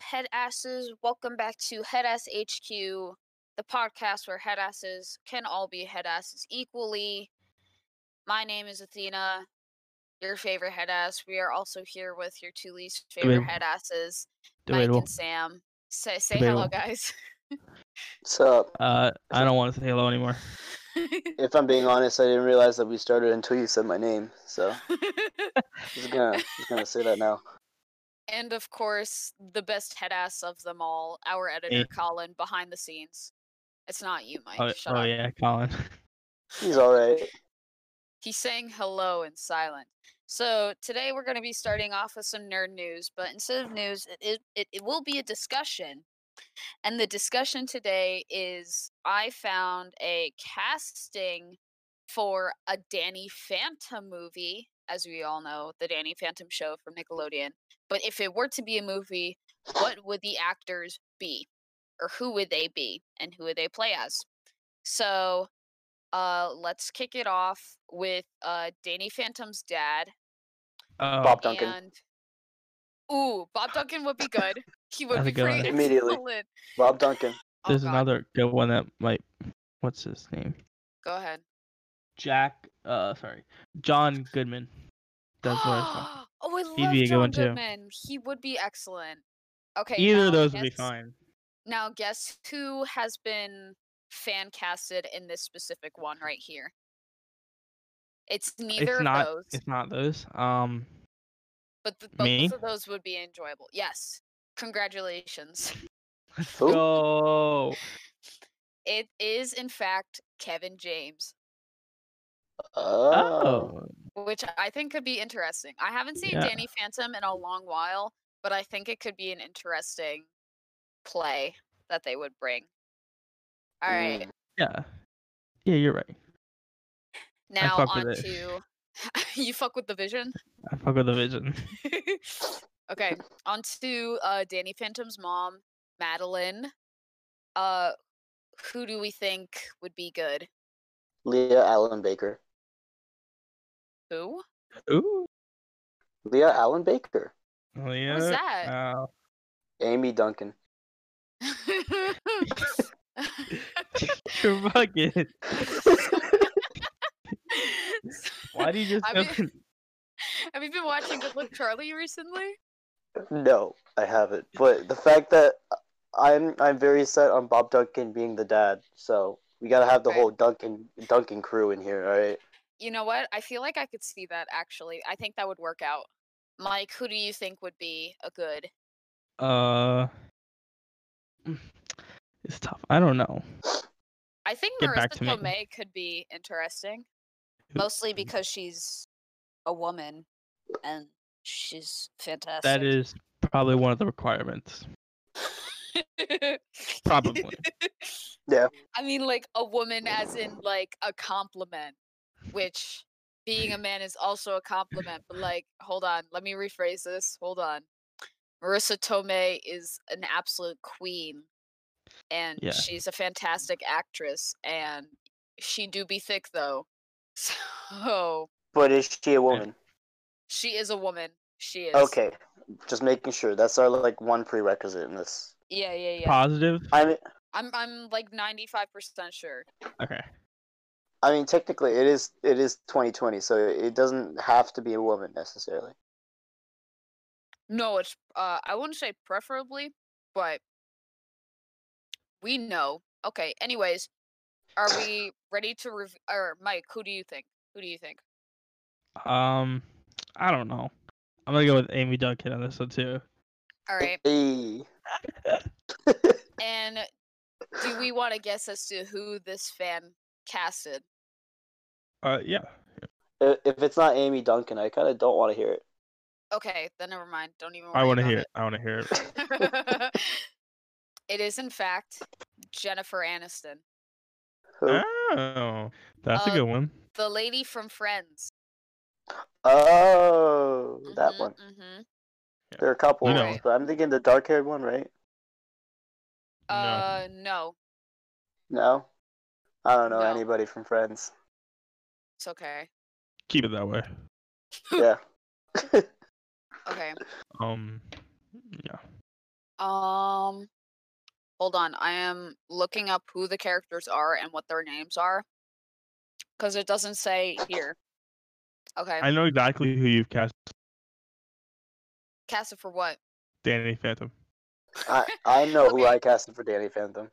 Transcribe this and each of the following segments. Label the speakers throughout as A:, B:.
A: headasses. Welcome back to Headass HQ, the podcast where headasses can all be headasses equally. My name is Athena, your favorite headass. We are also here with your two least favorite
B: Debatable.
A: headasses, Mike
B: Debatable.
A: and Sam. Say say hello,
B: Debatable.
A: guys.
C: What's up?
B: Uh, I don't want to say hello anymore.
C: If I'm being honest, I didn't realize that we started until you said my name. So I'm just gonna, just gonna say that now.
A: and of course, the best headass of them all, our editor
B: Me.
A: Colin behind the scenes. It's not you, Mike.
B: Oh,
A: Shut
B: oh
A: up.
B: yeah, Colin.
C: He's all right.
A: He's saying hello in silent. So today we're going to be starting off with some nerd news, but instead of news, it, is- it, it will be a discussion. And the discussion today is I found a casting for a Danny Phantom movie. As we all know, the Danny Phantom show from Nickelodeon. But if it were to be a movie, what would the actors be? Or who would they be? And who would they play as? So uh, let's kick it off with uh, Danny Phantom's dad
B: Oh,
C: Bob Duncan.
A: and ooh, Bob Duncan would be good. He would
B: That's a
A: be
B: good
A: pretty
C: one. Immediately.
A: excellent.
C: Bob Duncan.
A: Oh,
B: there's
A: God.
B: another good one that might. What's his name?
A: Go ahead.
B: Jack. Uh, sorry, John Goodman. That's what I thought.
A: oh, I love
B: be a good
A: John
B: one, too.
A: Goodman. He would be excellent. Okay.
B: Either
A: now
B: of those would be
A: guess-
B: fine.
A: Now guess who has been fan casted in this specific one right here. It's neither
B: It's
A: of
B: not.
A: those,
B: It's not those. Um,
A: but the,
B: me?
A: both of those would be enjoyable. Yes. Congratulations.
B: let's
C: Ooh.
B: go.
A: It is in fact Kevin James.
C: Oh.
B: Oh,
A: which I think could be interesting. I haven't seen
B: Yeah.
A: Danny Phantom in a long while, but I think it could be an interesting play that they would bring. All right,
C: Mm.
B: yeah. Yeah, you're right.
A: now
B: fuck with
A: on
B: it.
A: to you fuck with the vision.
B: I fuck with the vision.
A: okay, on to uh, Danny Phantom's mom, Madeline. Uh, who do we think would be good?
C: Leah Allen Baker.
A: Who?
B: Ooh.
C: Leah Allen Baker.
B: Oh, Yeah.
A: that?
B: Oh.
C: Amy Duncan.
B: You're fucking. Why do you just?
A: I mean-
B: open-
A: Have you been watching Good Luck Charlie recently?
C: no, I haven't. But the fact that I'm, I'm very set on Bob Duncan being the dad. So we gotta have the
A: Okay.
C: whole Duncan, Duncan crew in here. All right.
A: You know what? I feel like I could see that actually. I think that would work out. Mike, who do you think would be a good?
B: Uh, mm, it's tough. I don't know.
A: I think
B: Get
A: Marissa
B: back to me.
A: Tomei could be interesting,
B: Who-
A: mostly because she's a woman and she's fantastic.
B: that is probably one of the requirements. Probably.
C: Yeah.
A: I mean, like a woman, as in like a compliment, which being a man is also a compliment. But like, hold on, let me rephrase this. Hold on, Marissa Tomei is an absolute queen, and
B: Yeah.
A: she's a fantastic actress, and she do be thick though. So
C: But is she a woman?
A: she is a woman. She is
C: Okay. Just making sure. That's our like one prerequisite in this.
A: Yeah, yeah, yeah.
B: Positive.
C: I mean,
A: I'm I'm like ninety five percent sure.
B: Okay.
C: I mean, technically, it is it is 2020, so it doesn't have to be a woman necessarily.
A: No, it's uh I wouldn't say preferably, but we know. Okay, anyways, are we ready to rev- or Mike, who do you think? Who do you think?
B: Um, I don't know. I'm gonna go with Amy Duncan on this one too.
A: All right.
C: Hey.
A: And do we want to guess as to who this fan casted?
B: Uh, yeah.
C: I- If it's not Amy Duncan, I kind of don't want to hear it.
A: Okay, then never mind. Don't even
B: I
A: worry
B: want to
A: about
B: hear it. I want to hear it.
A: it. it is in fact Jennifer Aniston,
C: Who?
B: Oh, that's
A: Uh,
B: a good one.
A: the lady from Friends.
C: Oh, that
A: Mhm,
C: one.
A: mhm.
C: There are a couple,
B: You
C: of
B: know.
C: ones, but I'm thinking the dark-haired one, right?
B: No.
A: Uh no.
C: No, I don't know
A: No.
C: anybody from Friends.
A: It's okay.
B: Keep it that way.
C: Yeah.
A: Okay.
B: Um, yeah.
A: Um, hold on. I am looking up who the characters are and what their names are, because it doesn't say here. Okay,
B: I know exactly who you've cast,
A: cast it for what?
B: Danny Phantom.
C: I, I know who
A: Okay.
C: I casted for Danny Phantom.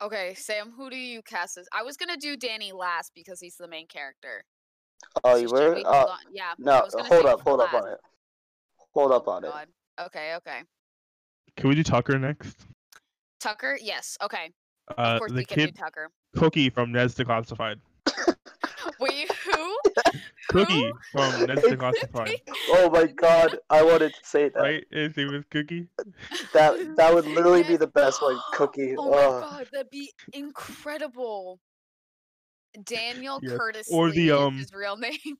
A: Okay, Sam, who do you cast as? I was gonna do Danny last because he's the main character.
C: Oh,
A: So
C: you
A: should
C: were?
A: we-
C: Uh,
A: hold on. Yeah. I
C: no,
A: was gonna
C: hold
A: say
C: up, hold up
A: last.
C: on it. Hold up
A: Oh,
C: on it.
A: God. Okay, okay.
B: Can we do Tucker next?
A: Tucker, yes. Okay. Of
B: Uh,
A: course
B: the
A: we can do
B: kid
A: Tucker.
B: Cookie from Ned's Declassified.
A: Wait, who?
B: Cookie from Ned's
C: It's
B: Declassified.
C: Oh my god, I wanted to say that.
B: Right? His name is Cookie.
C: That that would literally be
A: Yes.
C: the best one. Cookie.
A: Oh
C: Oh,
A: my god, that'd be incredible. Daniel
B: Yes,
A: Curtis
B: or
A: Lee
B: the,
A: is
B: um,
A: his real name.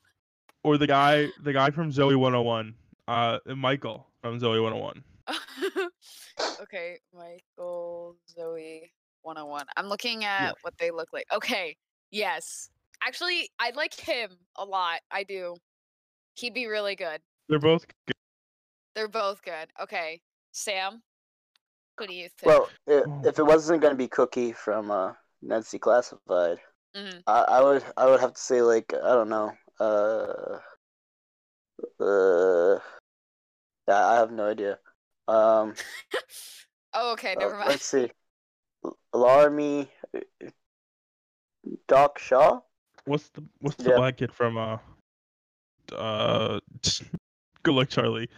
B: Or the guy, the guy from Zoe 101. Uh, Michael from Zoe 101.
A: okay, Michael Zoe 101. I'm looking at what they look like. Okay, yes. Actually, I like him a lot. I do. He'd be really good.
B: They're both good.
A: They're both good. Okay, Sam, who do you think?
C: Well, i
B: Oh.
C: if it wasn't gonna be Cookie from uh, Nancy Classified,
A: Mhm.
C: I, I would I would have to say like I don't know. Uh, uh, yeah, I have no idea. Um,
A: oh, okay,
C: uh,
A: never mind.
C: let's see. L- Laramie, uh, Doc Shaw.
B: What's the What's the
C: Yeah.
B: black kid from uh, uh, Good Luck Charlie?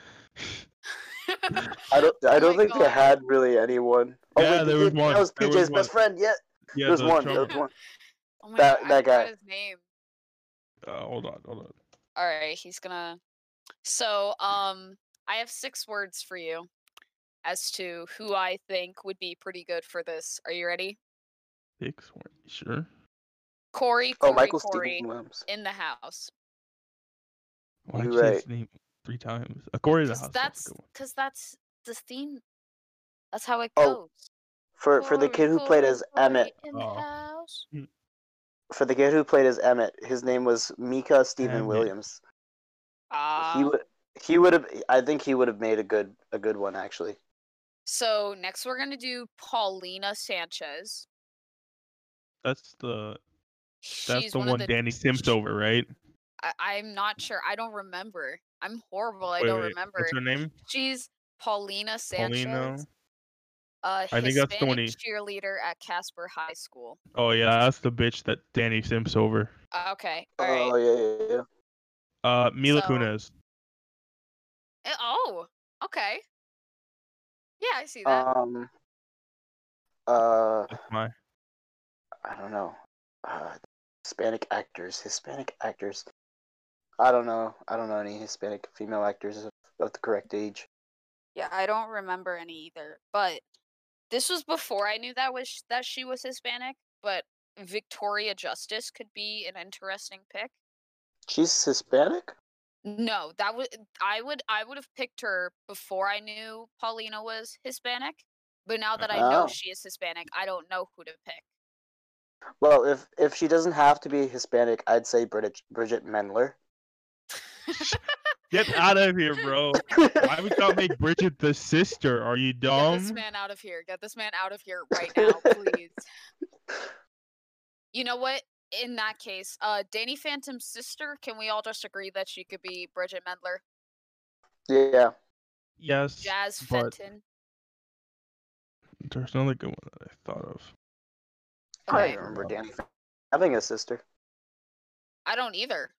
C: I don't. I
A: Oh
C: don't
A: my
C: think
A: God.
C: they had really anyone. Oh,
B: Yeah, there was
C: PJ
B: one.
C: That was
B: There
C: PJ's
B: was
C: best friend. Yeah,
B: Yeah,
C: there's
B: the
C: one.
B: drummer.
C: There's one.
A: Oh my
C: that-
A: God, I
C: that
A: forgot
C: guy.
A: His name.
B: Uh, hold on, hold on.
A: All right, he's gonna. So, um, I have six words for you as to who I think would be pretty good for this. Are you ready?
B: Six, one, sure.
A: Corey,
C: Oh,
A: Corey,
C: Michael
A: Corey
C: Stephen Williams.
A: in the house.
B: Why
C: You're
B: did you say his
C: right.
B: name three times? Uh, According to the
A: Because
B: house.
A: that's because that's the theme. That's how it goes.
C: Oh, For for the
A: Corey,
C: kid who played
A: Corey,
C: as
A: Corey
C: Emmett,
A: in the
B: Oh.
A: house.
C: for the kid who played as Emmett, his name was Mika Stephen
B: Emmett.
C: Williams. He
A: Ah.
C: would he would have. I think he would have made a good a good one actually.
A: so next we're gonna do Paulina Sanchez.
B: That's the that's
A: She's
B: the
A: one,
B: one
A: of the.
B: Danny Sims over, right?
A: I, I'm not sure. I don't remember. I'm horrible. I
B: Wait,
A: don't
B: wait,
A: remember.
B: What's her name?
A: She's Paulina Sanchez,
B: Paulina.
A: a
B: I think
A: Hispanic
B: that's the one
A: cheerleader at Casper High School.
B: Oh yeah, that's the bitch that Danny Sims over.
A: Uh, Okay, all right.
C: Oh yeah, yeah, yeah.
B: Uh, Mila
A: So-
B: Kunis.
A: Eh, Oh, okay. Yeah, I see that.
C: Um. Uh,
B: That's my.
C: I don't know. Uh, Hispanic actors. Hispanic actors. I don't know. I don't know any Hispanic female actors of, of the correct age.
A: yeah, I don't remember any either. But this was before I knew that was sh- that she was Hispanic. But Victoria Justice could be an interesting pick.
C: She's Hispanic.
A: No, that would I would I would have picked her before I knew Paulina was Hispanic. But now that I know
C: Oh.
A: she is Hispanic, I don't know who to pick.
C: Well, if if she doesn't have to be Hispanic, I'd say Bridget Bridget Mendler.
B: Get out of here, bro. Why would y'all make Bridget the sister? Are you
A: Get this
B: dumb?
A: man out of here. Get this man out of here right now, please. You know what? In that case, uh Danny Phantom's sister, can we all just agree that she could be Bridget Mendler?
C: yeah.
B: Yes.
A: Jazz
B: but-
A: Fenton.
B: There's another good one that I thought of.
C: I
A: Okay.
C: don't remember Danny having a sister.
A: I don't either.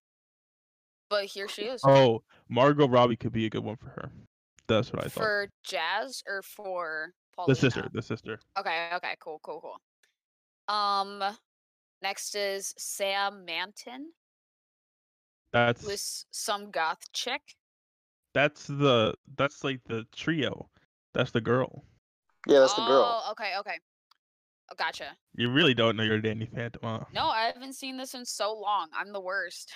A: But here she is.
B: Oh, Margot Robbie could be a good one for her. That's what I thought.
A: for Jazz or for Paulina?
B: the sister. The sister.
A: Okay, okay, cool, cool, cool. Um next is Sam Manton,
B: That's
A: who is some goth chick.
B: that's the that's like the trio. That's the girl.
C: Yeah, that's the girl.
A: Oh, okay, okay. Oh, gotcha.
B: You really don't know your Danny Phantom. Huh?
A: No, I haven't seen this in so long. I'm the worst.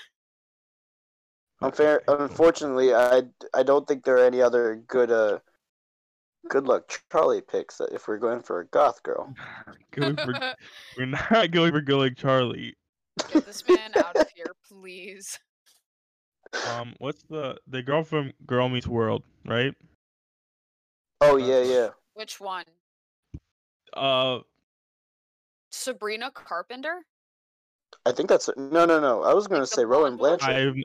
A: Oh.
C: Unfair.
B: Okay, cool.
C: Unfortunately, I I don't think there are any other good uh good luck Charlie picks that if we're going for a goth girl.
B: Going for, we're not going for Good Luck Charlie.
A: Get this man out of here, please.
B: Um, what's the the girl from Girl Meets World, right?
C: Oh
B: Uh,
C: yeah, yeah.
A: Which one?
B: Uh,
A: Sabrina Carpenter?
C: I think that's no, no, no. I was gonna
A: Like the
C: say Rowan
A: blonde one?
C: Blanchard.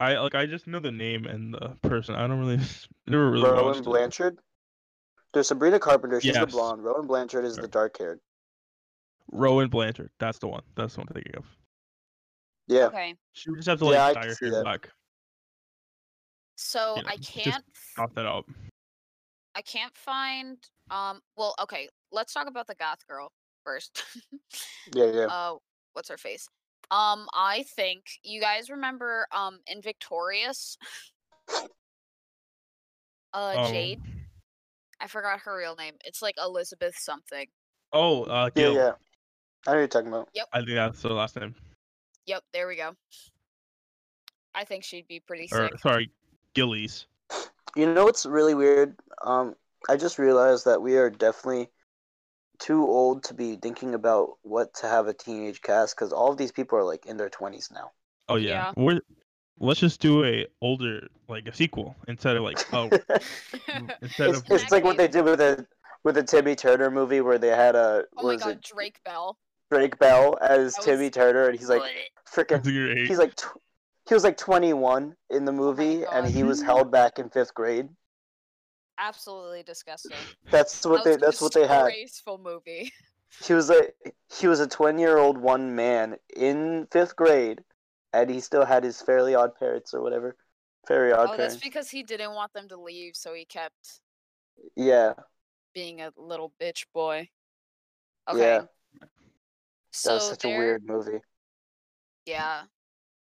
B: I, I like I just know the name and the person. I don't really never really. watched
C: Rowan
B: it.
C: Blanchard. There's Sabrina Carpenter. She's the
B: Yes.
C: blonde. Rowan Blanchard is the
B: Right.
C: dark haired.
B: Rowan Blanchard. That's the one. That's the one I'm thinking of.
C: Yeah.
A: Okay.
B: She would just have to
C: Yeah,
B: like
C: I
B: dye
C: can
B: her
C: see
B: hair
C: that.
B: black.
A: So
B: Yeah,
A: I
B: just-
A: can't f-
B: Chop that up.
A: I can't find um well okay, let's talk about the goth girl first.
C: Yeah, yeah.
A: uh what's her face? Um I think you guys remember um in Victorious uh
B: Um,
A: Jade? I forgot her real name. It's like Elizabeth something.
B: Oh, uh,
C: yeah,
B: Gil.
C: yeah. I know what you're talking about.
B: I think that's the last name.
A: Yep, there we go. I think she'd be pretty
B: Or
A: sick.
B: sorry, Gillies.
C: You know what's really weird? Um, I just realized that we are definitely too old to be thinking about what to have a teenage cast because all of these people are like in their 20s now.
B: Oh yeah. We're, let's just do a older like a sequel instead of like oh instead
C: it's,
B: of
C: it's like what they did with the with the Timmy Turner movie where they had a
A: oh my
C: was
A: god,
C: it
A: Drake Bell.
C: Drake Bell as
A: That was-
C: Timmy Turner and he's like
A: Bleh.
C: freaking
B: he's
C: he's like tw- he was like 21 in the movie and
A: Oh God.
C: he was held back in 5th grade.
A: absolutely disgusting.
C: That's what
A: That
C: they
A: was
C: that's what they had.
A: Disgraceful movie.
C: He was a he was a 20-year-old one man in 5th grade and he still had his fairly odd parents or whatever. Very odd
A: Oh, that's
C: parents.
A: because he didn't want them to leave, so he kept
C: yeah.
A: being a little bitch boy. Okay.
C: Yeah.
A: so
C: That was such
A: there,
C: a weird movie.
A: Yeah.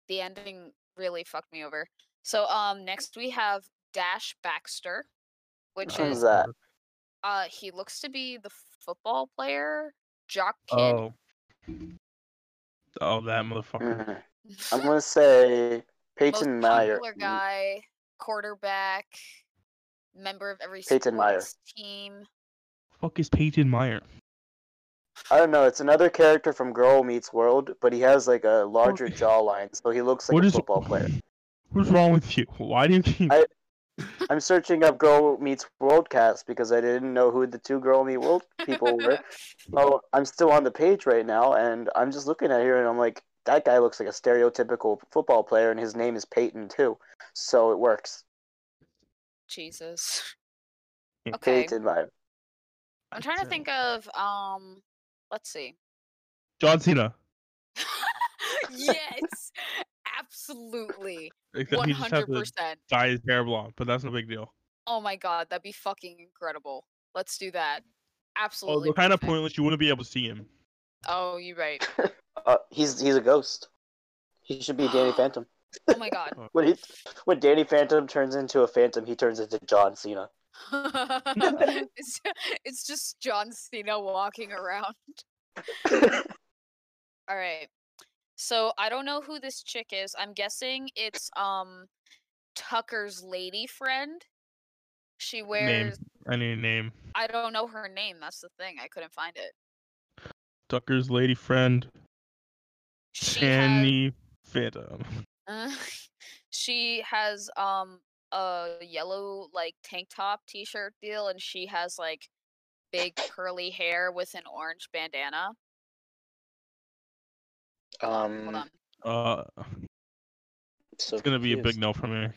A: The ending really fucked me over. So um next we have Dash Baxter, which
C: Who
A: is
C: was that?
A: uh he looks to be the football player, Jock Kid.
B: Oh. Oh, that motherfucker.
C: Mhm. I'm going to say
A: most
C: Peyton Meyer. Mm.
A: popular guy, quarterback, member of every
C: Peyton Meyer.
A: sports team.
B: Fuck is Peyton Meyer?
C: I don't know. It's another character from Girl Meets World, but he has like a larger jawline, so he looks like
B: What
C: a
B: is-
C: football player.
B: What's wrong with you? Why do you keep
C: I- I'm searching up Girl Meets World cast because I didn't know who the two Girl Meet World people were. So Oh, I'm still on the page right now, and I'm just looking at here, and I'm like, that guy looks like a stereotypical football player, and his name is Peyton too, so it works.
A: Jesus.
B: Yeah,
A: Okay.
C: Peyton vibe.
A: I'm trying to think of um let's see.
B: John Cena.
A: yes. Absolutely.
B: Except
A: One
B: he just had
A: hundred
B: to
A: percent.
B: dye his hair blonde, but that's no big deal.
A: Oh my god, that'd be fucking incredible. Let's do that. Absolutely.
B: Although Oh, kind of
A: perfect.
B: pointless, you wouldn't be able to see him.
A: Oh, you're right.
C: Uh, he's he's a ghost. He should be Danny Phantom.
A: Oh my god.
C: When he, when Danny Phantom turns into a phantom, he turns into John Cena.
A: it's, it's just John Cena walking around. All right. So I don't know who this chick is. I'm guessing it's um Tucker's lady friend. She wears
B: I need a name.
A: I don't know her name. That's the thing. I couldn't find it.
B: Tucker's lady friend,
A: She
B: Danny Phantom.
A: has she has um a yellow like tank top t-shirt deal and she has like big curly hair with an orange bandana. Hold on, hold
C: Um,
A: on.
B: Uh,
C: so
B: it's gonna be a big
C: confused.
B: no from me.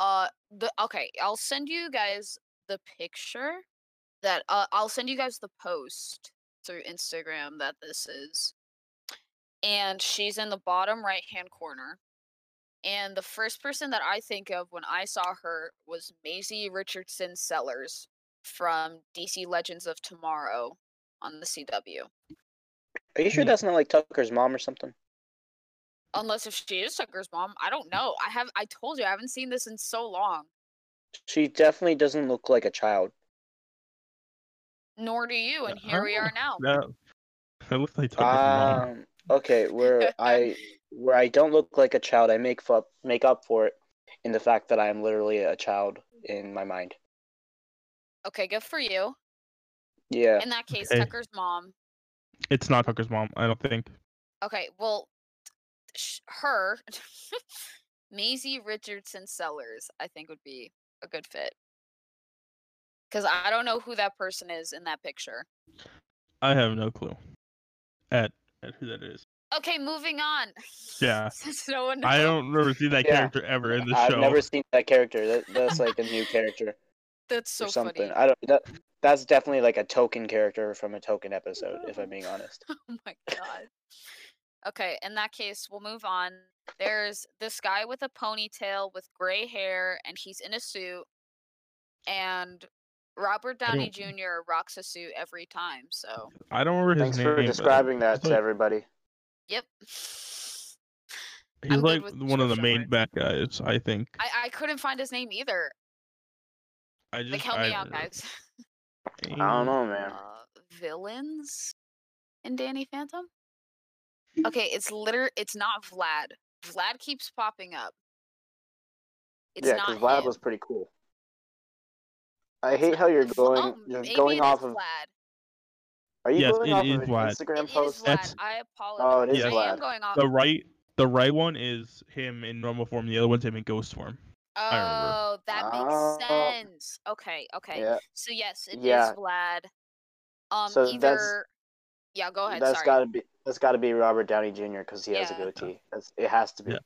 A: uh the okay i'll send you guys the picture that uh, i'll send you guys the post through instagram that this is and she's in the bottom right hand corner and the first person that i think of when i saw her was maisie richardson sellers from dc legends of tomorrow on the cw
C: Are you sure
B: Hmm.
C: that's not like Tucker's mom or something?
A: unless if she is tucker's mom i don't know i have i told you i haven't seen this in so long
C: She definitely doesn't look like a child.
A: nor do you and
B: I
A: here we are
B: don't-
A: now
B: That, that looks like Tucker's mom.
C: Um, okay, where I where I don't look like a child, I make up make up for it in the fact that I am literally a child in my mind.
A: Okay, good for you.
C: Yeah,
A: In that case,
B: Okay.
A: Tucker's mom.
B: It's not Tucker's mom. I don't think.
A: Okay, well, sh- her, Maisie Richardson Sellers, I think would be a good fit. because I don't know who that person is in that picture.
B: I have no clue at at who that is.
A: Okay, moving on.
B: Yeah.
A: Since no one
B: I
A: knows,
B: don't remember seeing that
C: Yeah.
B: character ever in the
C: I've
B: show.
C: never seen that character. That, that's like a new character
A: That's so
C: or something.
A: funny.
C: I don't. That, that's definitely like a token character from a token episode, if I'm being honest.
A: Oh my god. Okay, in that case, we'll move on. There's this guy with a ponytail with gray hair, and he's in a suit. And Robert
B: I
A: Downey
B: don't-
A: Jr. rocks a suit every time. So,
B: I don't remember his
C: Thanks
B: name.
C: for
B: but
C: describing that
B: it's
C: to
B: like-
C: everybody.
A: yep.
B: He's
A: I'm good
B: like
A: with
B: one of the
A: description
B: main
A: words.
B: bad guys, I think.
A: I, I couldn't find his name either.
B: I just
A: Like, help
B: I
A: me out, guys.
C: I
B: Mm.
C: don't know, man.
A: Uh, villains in Danny Phantom? Okay, it's liter. It's not Vlad. Vlad keeps popping up. It's
C: yeah,
A: not
C: because Vlad
A: him.
C: was pretty cool. I hate how you're
A: V-
C: going,
A: oh,
C: you're
A: maybe
C: going
A: it is
C: off of.
A: Vlad.
C: Are you
B: Yes,
C: going
B: it
C: off
B: is
C: of an
B: Vlad.
A: It
C: Instagram
A: is
C: post?
A: Vlad.
B: That's-
A: I
C: Oh, it
A: apologize.
B: is
A: I am
C: Vlad.
A: going off.
B: The right the right one is him in normal form, the other one's him in ghost form. remember.
A: oh, that makes
C: Oh.
A: sense. Okay, okay.
C: Yeah,
A: So yes, it is
C: Yeah.
A: Vlad. Um,
C: So that's-
A: either. Yeah, go ahead.
C: that's
A: sorry.
C: got to be that's got to be Robert Downey Jr. because he has a
A: Yeah.
C: goatee. That's, it has to be.
B: Yeah.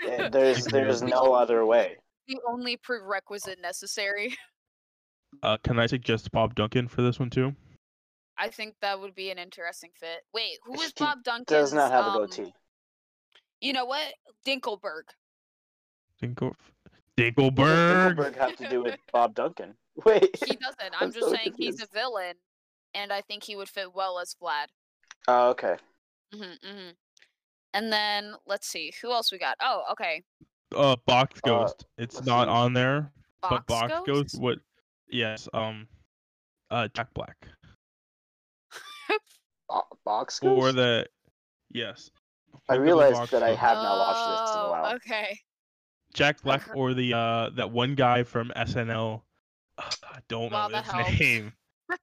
C: Yeah, There's
B: Yeah.
C: there's no other way.
A: the only prerequisite necessary.
B: Uh, can I suggest Bob Duncan for this one too?
A: I think that would be an interesting fit. Wait, who is Bob Duncan?
C: Does not have a goatee.
A: um, You know what? Dinkelberg.
B: Dingle
C: What does
B: Dinkelberg.
C: Zuckerberg have to do with Bob Duncan? Wait.
A: He doesn't. I'm
C: I'm
A: just
C: so
A: saying he's a
C: confused.
A: villain, and I think he would fit well as Vlad.
C: Oh, okay.
A: Mm-hmm, And then let's see who else we got. Oh, okay.
B: Uh, Box Ghost. it's
C: let's
B: not
C: see.
B: on there,
A: Box,
B: but Box Ghost?
A: Ghost?
B: What? Yes. Um. Uh, Jack Black
C: Bo- box
B: or
C: Ghost?
B: the. Yes.
C: I
B: Or the
C: realized
B: Box
C: that I
B: Ghost.
C: have not watched this in a
A: Oh,
C: while.
A: Okay.
B: Jack Black
A: heard-
B: or the uh that one guy from SNL. I don't
A: Wow,
B: know
A: that
B: his
A: helps.
B: name.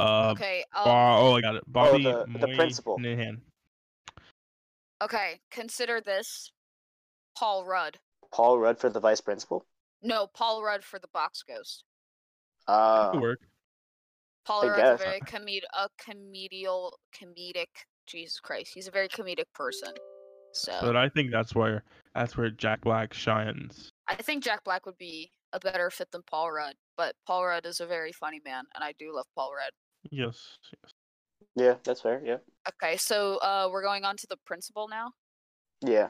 B: Uh,
A: okay. Oh,
B: Bar- oh, I got it. Bobby
C: the- the
B: Moynihan.
C: principal.
A: okay. Consider this Paul Rudd.
C: Paul Rudd for the vice principal.
A: No, Paul Rudd for the Box Ghost.
B: Could
C: Uh,
B: work.
A: Paul
C: I
A: Rudd's a
C: guess.
A: very comed a comedial comedic. Jesus Christ, he's a very comedic person. So
B: But uh I think that's where that's where Jack Black shines.
A: I think Jack Black would be a better fit than Paul Rudd, but Paul Rudd is a very funny man, and I do love Paul Rudd.
B: Yes. yes.
C: yeah, that's fair. Yeah,
A: Okay, so uh, we're going on to the principal now.
C: yeah.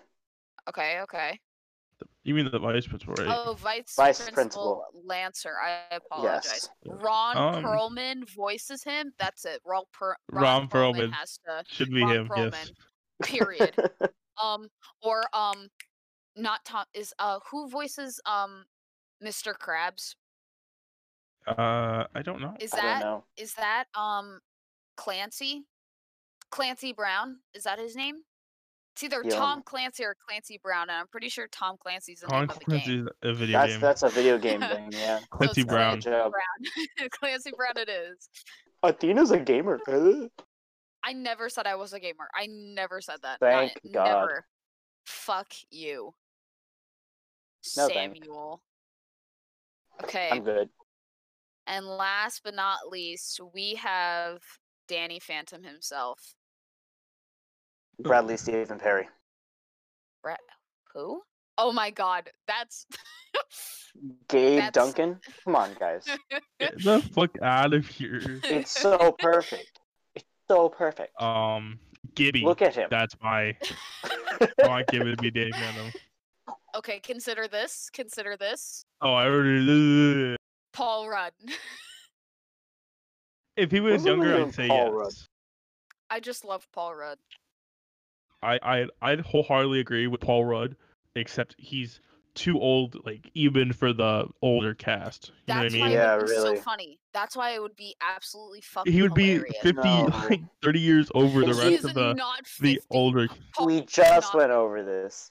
A: Okay, okay.
B: You mean the vice principal, right?
A: Oh, vice,
C: Vice
A: principal, Lancer. I apologize.
C: Yes.
A: Ron
B: Um,
A: Perlman voices him. That's it. Ron, per-
B: Ron Perlman.
A: has to.
B: Should be
A: Ron
B: him. Yes.
A: Perlman. Period. um, or um, not Tom is uh who voices um, Mr. Krabs?
B: Uh, I don't know.
A: Is
C: I don't
A: that
C: know.
A: is that um Clancy? Clancy Brown? Is that his name? It's either
C: Yeah. um
A: Tom Clancy or Clancy Brown, and I'm pretty sure Tom Clancy's the
B: Con
A: name of the game.
B: Clancy's a video
C: That's
B: game.
C: that's a video game thing. Yeah.
B: Clancy
A: it's
B: Brown.
A: Clancy
C: Good job.
A: Brown. Clancy Brown it is.
C: Athena's a gamer.
A: I never said I was a gamer. I never said that.
C: Thank
A: Not-
C: God.
A: Never. Fuck you.
C: No thanks.
A: Samuel. Okay.
C: I'm good.
A: And last but not least, we have Danny Phantom himself.
C: Bradley Stephen Perry.
A: Brett who? Oh my god, that's
C: Gabe
A: That's-
C: Duncan. Come on, guys.
B: Get the fuck out of here.
C: It's so perfect. It's so perfect.
B: Um, Gibby.
C: Look at him.
B: That's my. I want Gibby to be Danny Phantom.
A: Okay, consider this. Consider this.
B: Oh, I already.
A: Paul Rudd.
B: If he was
C: Who's the
B: younger,
C: leader
B: I'd
C: of
B: say
C: Paul Rudd?
B: yes.
A: I just love Paul Rudd.
B: I I I'd wholeheartedly agree with Paul Rudd, except he's too old, like even for the older cast. You know what I
A: That's
B: mean?
A: why
C: Yeah,
A: it would be
C: really.
A: so funny. That's why it would be absolutely fucking
B: He would be
A: hilarious.
B: 50,
C: No.
B: like 30 years over the
C: He's
A: He is
B: rest of the
A: not 50.
B: the older.
A: Paul
C: we
A: Rudd is
C: just
A: not-
C: went over this.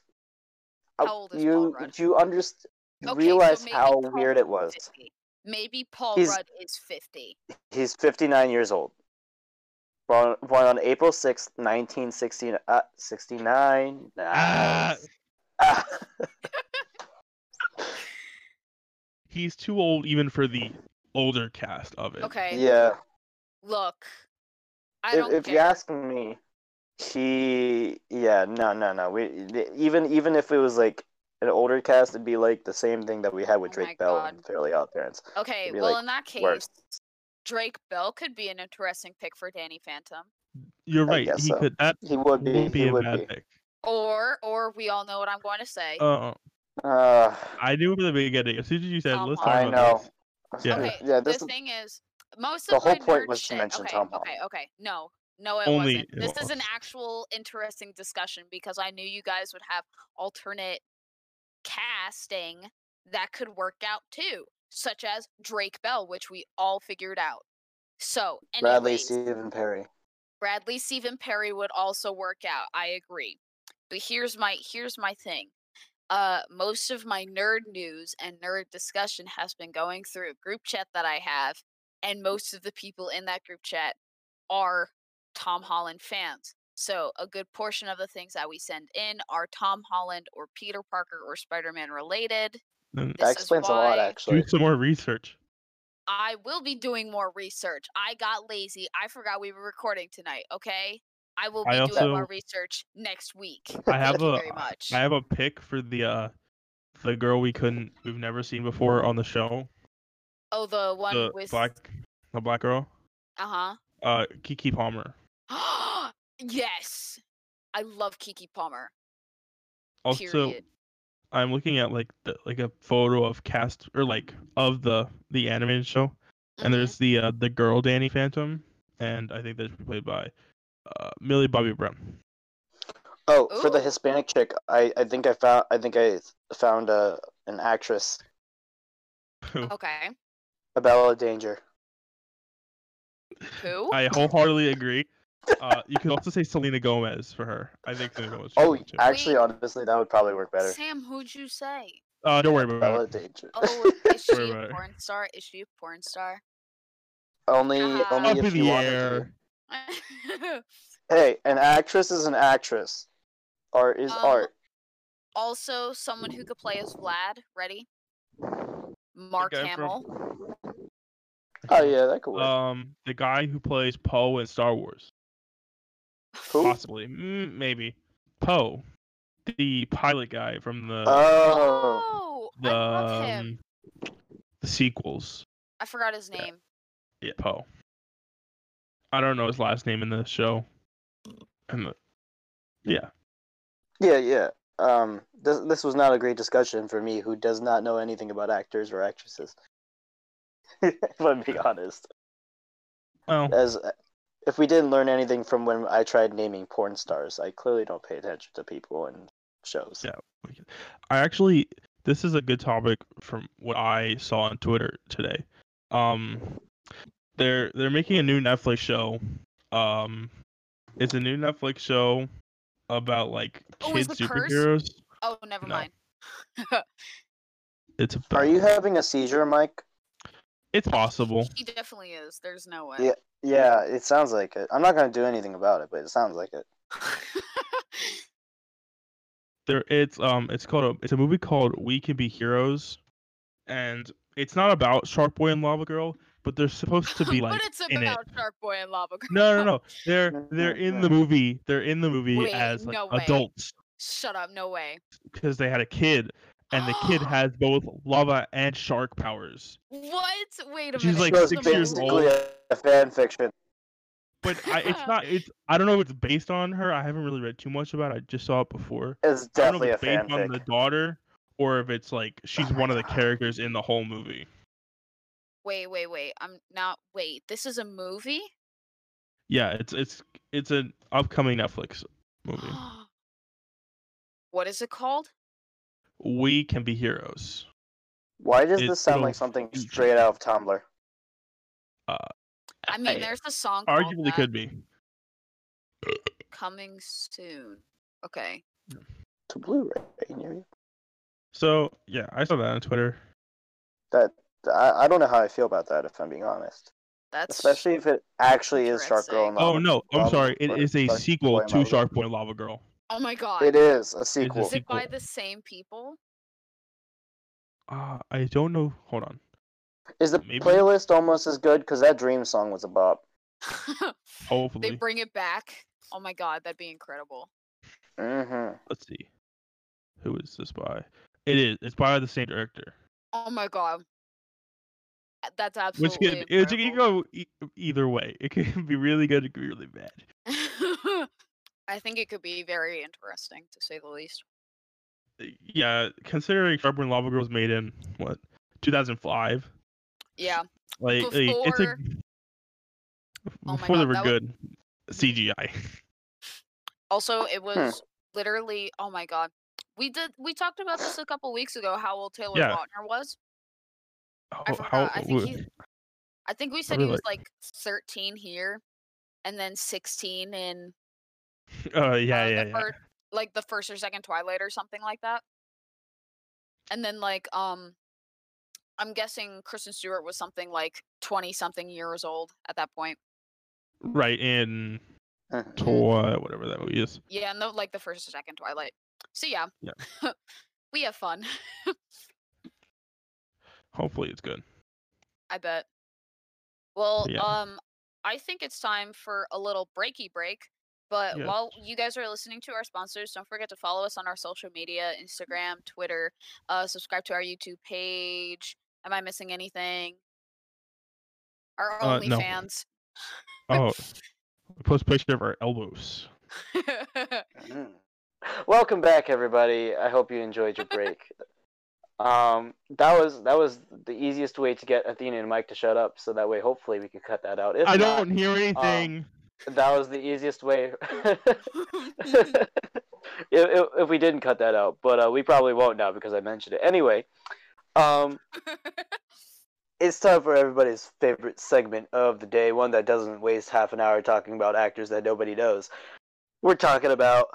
C: Uh,
A: How old is
C: you
A: Paul Rudd?
C: do you understand?
A: Okay, so
C: realize
A: maybe
C: how
A: Paul
C: weird it
A: Rudd
C: was.
A: is 50. Maybe Paul
C: He's-
A: Rudd is 50.
C: He's 59 years old. Born, born on April 6th, 1969. Uh, 69.
B: Ah,
C: Ah.
B: he's too old even for the older cast of it.
A: Okay.
C: Yeah.
A: Look, I
C: If,
A: don't
C: if
A: care.
C: you ask me, she yeah no no no we th- even even if it was like an older cast, it'd be like the same thing that we had with
A: Oh my
C: Drake Bell
A: God.
C: and Fairly Odd Parents.
A: okay,
C: be,
A: well
C: like,
A: in that case,
C: worse.
A: Drake Bell could be an interesting pick for Danny Phantom.
B: You're
C: I
B: right.
C: guess
B: He
C: so.
B: could that
C: He would be.
B: would be
C: he
B: a
C: would
B: bad
C: be.
B: pick.
A: Or or we all know what I'm going to say.
B: Uh,
C: Uh,
B: I knew from the beginning. As soon as you said,
A: Tom
B: let's talk
C: I
B: about
C: know.
B: this. Yeah.
A: Okay,
C: yeah.
A: the
C: This is,
A: thing is, most
C: the
A: of
C: whole
A: my
C: point
A: nerd
C: was to
A: shit-
C: mention
A: okay,
C: Tom Holland.
A: Okay, okay, no, no, it
B: Only-
A: wasn't.
B: it
A: This is an
B: was.
A: actual interesting discussion because I knew you guys would have alternate casting that could work out too, such as Drake Bell, which we all figured out. So, anyways,
C: Bradley, Stephen Perry.
A: Bradley Stephen Perry would also work out. I agree. But here's my here's my thing. Uh most of my nerd news and nerd discussion has been going through a group chat that I have and most of the people in that group chat are Tom Holland fans. So a good portion of the things that we send in are Tom Holland or Peter Parker or Spider-Man related.
B: Then
A: This
C: That
A: is
C: explains a lot,
A: why-
B: Do
C: actually.
B: some more research.
A: I will be doing more research. I got lazy. I forgot we were recording tonight, okay? I will be
B: I
A: doing more
B: also-
A: research next week.
B: I have
A: Thank you
B: a-
A: very much.
B: I have a pick for the uh the girl we couldn't we've never seen before on the show.
A: oh, the one
B: the
A: with
B: black the black girl.
A: Uh
B: Uh Kiki Palmer.
A: huh. yes. I love Kiki Palmer.
B: Also
A: period.
B: I'm looking at like the like a photo of cast or like of the the animated show. And
A: Mhm.
B: there's the uh the girl Danny Phantom and I think that's played by uh Millie Bobby Brown.
C: Oh, for the
A: Ooh.
C: Hispanic chick, I, I think I found I think I found uh, an actress,
A: Mm-hmm. Okay.
C: Abella Danger.
A: Who?
B: I wholeheartedly agree. Uh you could also say Selena Gomez for her. I think Selena Gomez. should
C: Oh,
B: go too.
C: actually,
A: Wait.
C: honestly, that would probably work better.
A: Sam, who'd you say?
B: uh don't worry about
C: Abella
B: it.
C: Danger.
A: Oh, is she
B: Wait,
A: a
B: wait.
A: porn star? Is she a porn star?
C: only
A: Ah.
C: only
B: Up
C: if
B: in
C: you
B: the
C: want. her to.
B: air.
C: Hey, an actress is an actress. Art is
A: Um,
C: art.
A: also, someone who could play as Vlad. Ready? Mark
B: guy from-
A: Hamill.
C: Oh yeah, that could work.
B: Um, the guy who plays Poe in Star Wars,
C: Who?
B: possibly, mm, maybe Poe, the pilot guy from the
C: oh,
A: Oh, I
B: the,
A: love him.
B: um, the sequels.
A: I forgot his name.
B: Yeah, Poe. I don't know his last name in the show. And the, yeah,
C: yeah, yeah. Um, this this was not a great discussion for me, who does not know anything about actors or actresses. if I'm being honest,
B: well,
C: as if we didn't learn anything from when I tried naming porn stars, I clearly don't pay attention to people and shows.
B: Yeah. I actually this is a good topic from what I saw on Twitter today. Um they're they're making a new Netflix show. Um it's a new Netflix show about like
A: Oh,
B: kid
A: is The Curse?
B: superheroes.
A: Oh, never
B: No.
A: mind.
B: It's about,
C: Are you having a seizure, Mike?
B: it's possible.
A: He definitely is. There's no way.
C: Yeah, it sounds like it. I'm not gonna do anything about it, but it sounds like it.
B: There it's um it's called a, it's a movie called We Can Be Heroes and it's not about Shark Boy and Lava Girl, but they're supposed to be like
A: but it's
B: in it.
A: about Shark Boy and Lava Girl.
B: No, no, no. They're they're in the movie. They're in the movie
A: Wait,
B: as like
A: no way.
B: adults.
A: Shut up. No way.
B: because they had a kid, and the kid has both lava and shark powers.
A: What? Wait a
B: She's,
A: minute.
B: like,
C: so
A: this
C: it's
B: six
A: is
B: years
A: amazing.
C: basically a, a fan fiction.
B: But I, it's not. It's I don't know if it's based on her. I haven't really read too much about. it. I just saw it before.
C: It's
B: I don't know
C: definitely
B: if
C: a
B: it's based on
C: fanfic.
B: the daughter or if it's like she's
C: my
B: one of the
C: God.
B: characters in the whole movie.
A: Wait, wait, wait. I'm not. Wait. This is a movie.
B: Yeah, it's it's it's an upcoming Netflix movie.
A: what is it called?
B: We can be heroes.
C: Why does
B: It-
C: this sound like
B: it'll
C: something
B: feature-
C: straight out of Tumblr?
A: I mean, there's a song. called
B: arguably
A: that.
B: could be.
A: coming soon. Okay.
C: To Blu-ray near you.
B: So yeah, I saw that on Twitter.
C: That I, I don't know how I feel about that if I'm being honest.
A: That's
C: Especially if it actually is Shark Girl. And
B: Oh
C: Lava-
B: no, I'm
C: Lava
B: sorry. It
C: Girl,
B: is a
C: Shark Boy
B: sequel
C: and
B: to
C: Lava Girl.
B: Shark Boy and Lava Girl.
A: Oh my god.
C: It is a
B: It's a
C: sequel.
A: Is it by
B: sequel.
A: the same people?
B: Uh, I don't know. Hold on.
C: Is the
B: Maybe.
C: playlist almost as good? Because that dream song was a bop.
A: they
B: Hopefully,
A: bring it back. Oh my god, that'd be incredible.
C: Mm-hmm.
B: let's see. Who is this by? It is. It's by the same director.
A: Oh my god. Uh, That's
B: Which
A: absolutely
B: can it can
A: incredible.
B: go e- either way. It can be really good, it can be really bad.
A: I think it could be very interesting to say the least.
B: Yeah, considering Sharper and Lava Girl was made in what 2005,
A: Yeah.
B: like, like, it's a
A: Before- Oh my
B: before they
A: God,
B: were
A: that was-
B: good CGI.
A: Also, it was literally oh my god. We did we talked about this a couple weeks ago how old Taylor
B: Yeah. Oh,
A: Lautner was.
B: How,
A: forgot, I think
B: wh-
A: he's- I think we said
B: Probably
A: he was like 13 here and then 16 in
B: uh, yeah,
A: uh,
B: yeah,
A: the
B: yeah.
A: fir- like the first or second Twilight or something like that. And then like um I'm guessing Kristen Stewart was something like 20 something years old at that point.
B: Right in
A: Mm-hmm.
C: Mhm.
B: Toy, whatever that movie is.
A: Yeah, and the, like the first or second Twilight. So yeah.
B: Yeah.
A: we have fun.
B: Hopefully, it's good.
A: I bet. Well,
B: yeah.
A: um, I think it's time for a little breaky break. But
B: Yeah.
A: while you guys are listening to our sponsors, don't forget to follow us on our social media Instagram, Twitter, uh, subscribe to our YouTube page. Am I missing anything? Our
B: Uh, no.
A: OnlyFans.
B: Oh, we post picture of our elbows.
C: Mhm. Welcome back, everybody. I hope you enjoyed your break. um, that was that was the easiest way to get Athena and Mike to shut up, so that way hopefully we could cut that out. If
B: I
C: not,
B: don't hear anything.
C: That was the easiest way. if, if, if we didn't cut that out, but uh, we probably won't now because I mentioned it anyway. Um, it's time for everybody's favorite segment of the day, one that doesn't waste half an hour talking about actors that nobody knows. We're talking about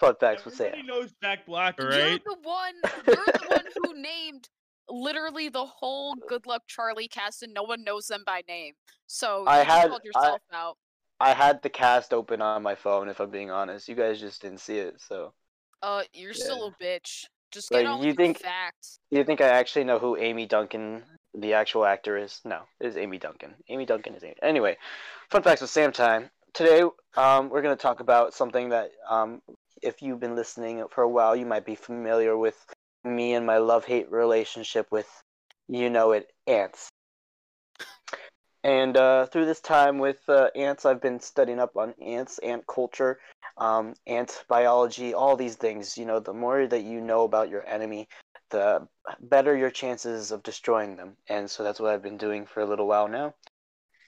C: fun facts with Sam.
B: Everybody knows Jack Black,
A: You're
B: right?
A: the one. You're the one who named literally the whole Good Luck Charlie cast, and no one knows them by name. So
C: I
A: you just
C: had-
A: called
C: I-
A: yourself out.
C: I had the cast open on my phone, if I'm being honest. You guys just didn't see it, so.
A: Uh, you're still a bitch. Just
C: Like,
A: get on with
C: you
A: your
C: think-
A: facts.
C: Do you think I actually know who Amy Duncan, the actual actor, is? No, it is Amy Duncan. Amy Duncan is Amy. Anyway, fun facts with Sam time. Today, um, we're going to talk about something that, um, if you've been listening for a while, you might be familiar with me and my love hate relationship with, you know it, ants. And uh, through this time with uh, ants, I've been studying up on ants, ant culture, um, ant biology, all these things. You know, the more that you know about your enemy, the better your chances of destroying them. And so that's what I've been doing for a little while now.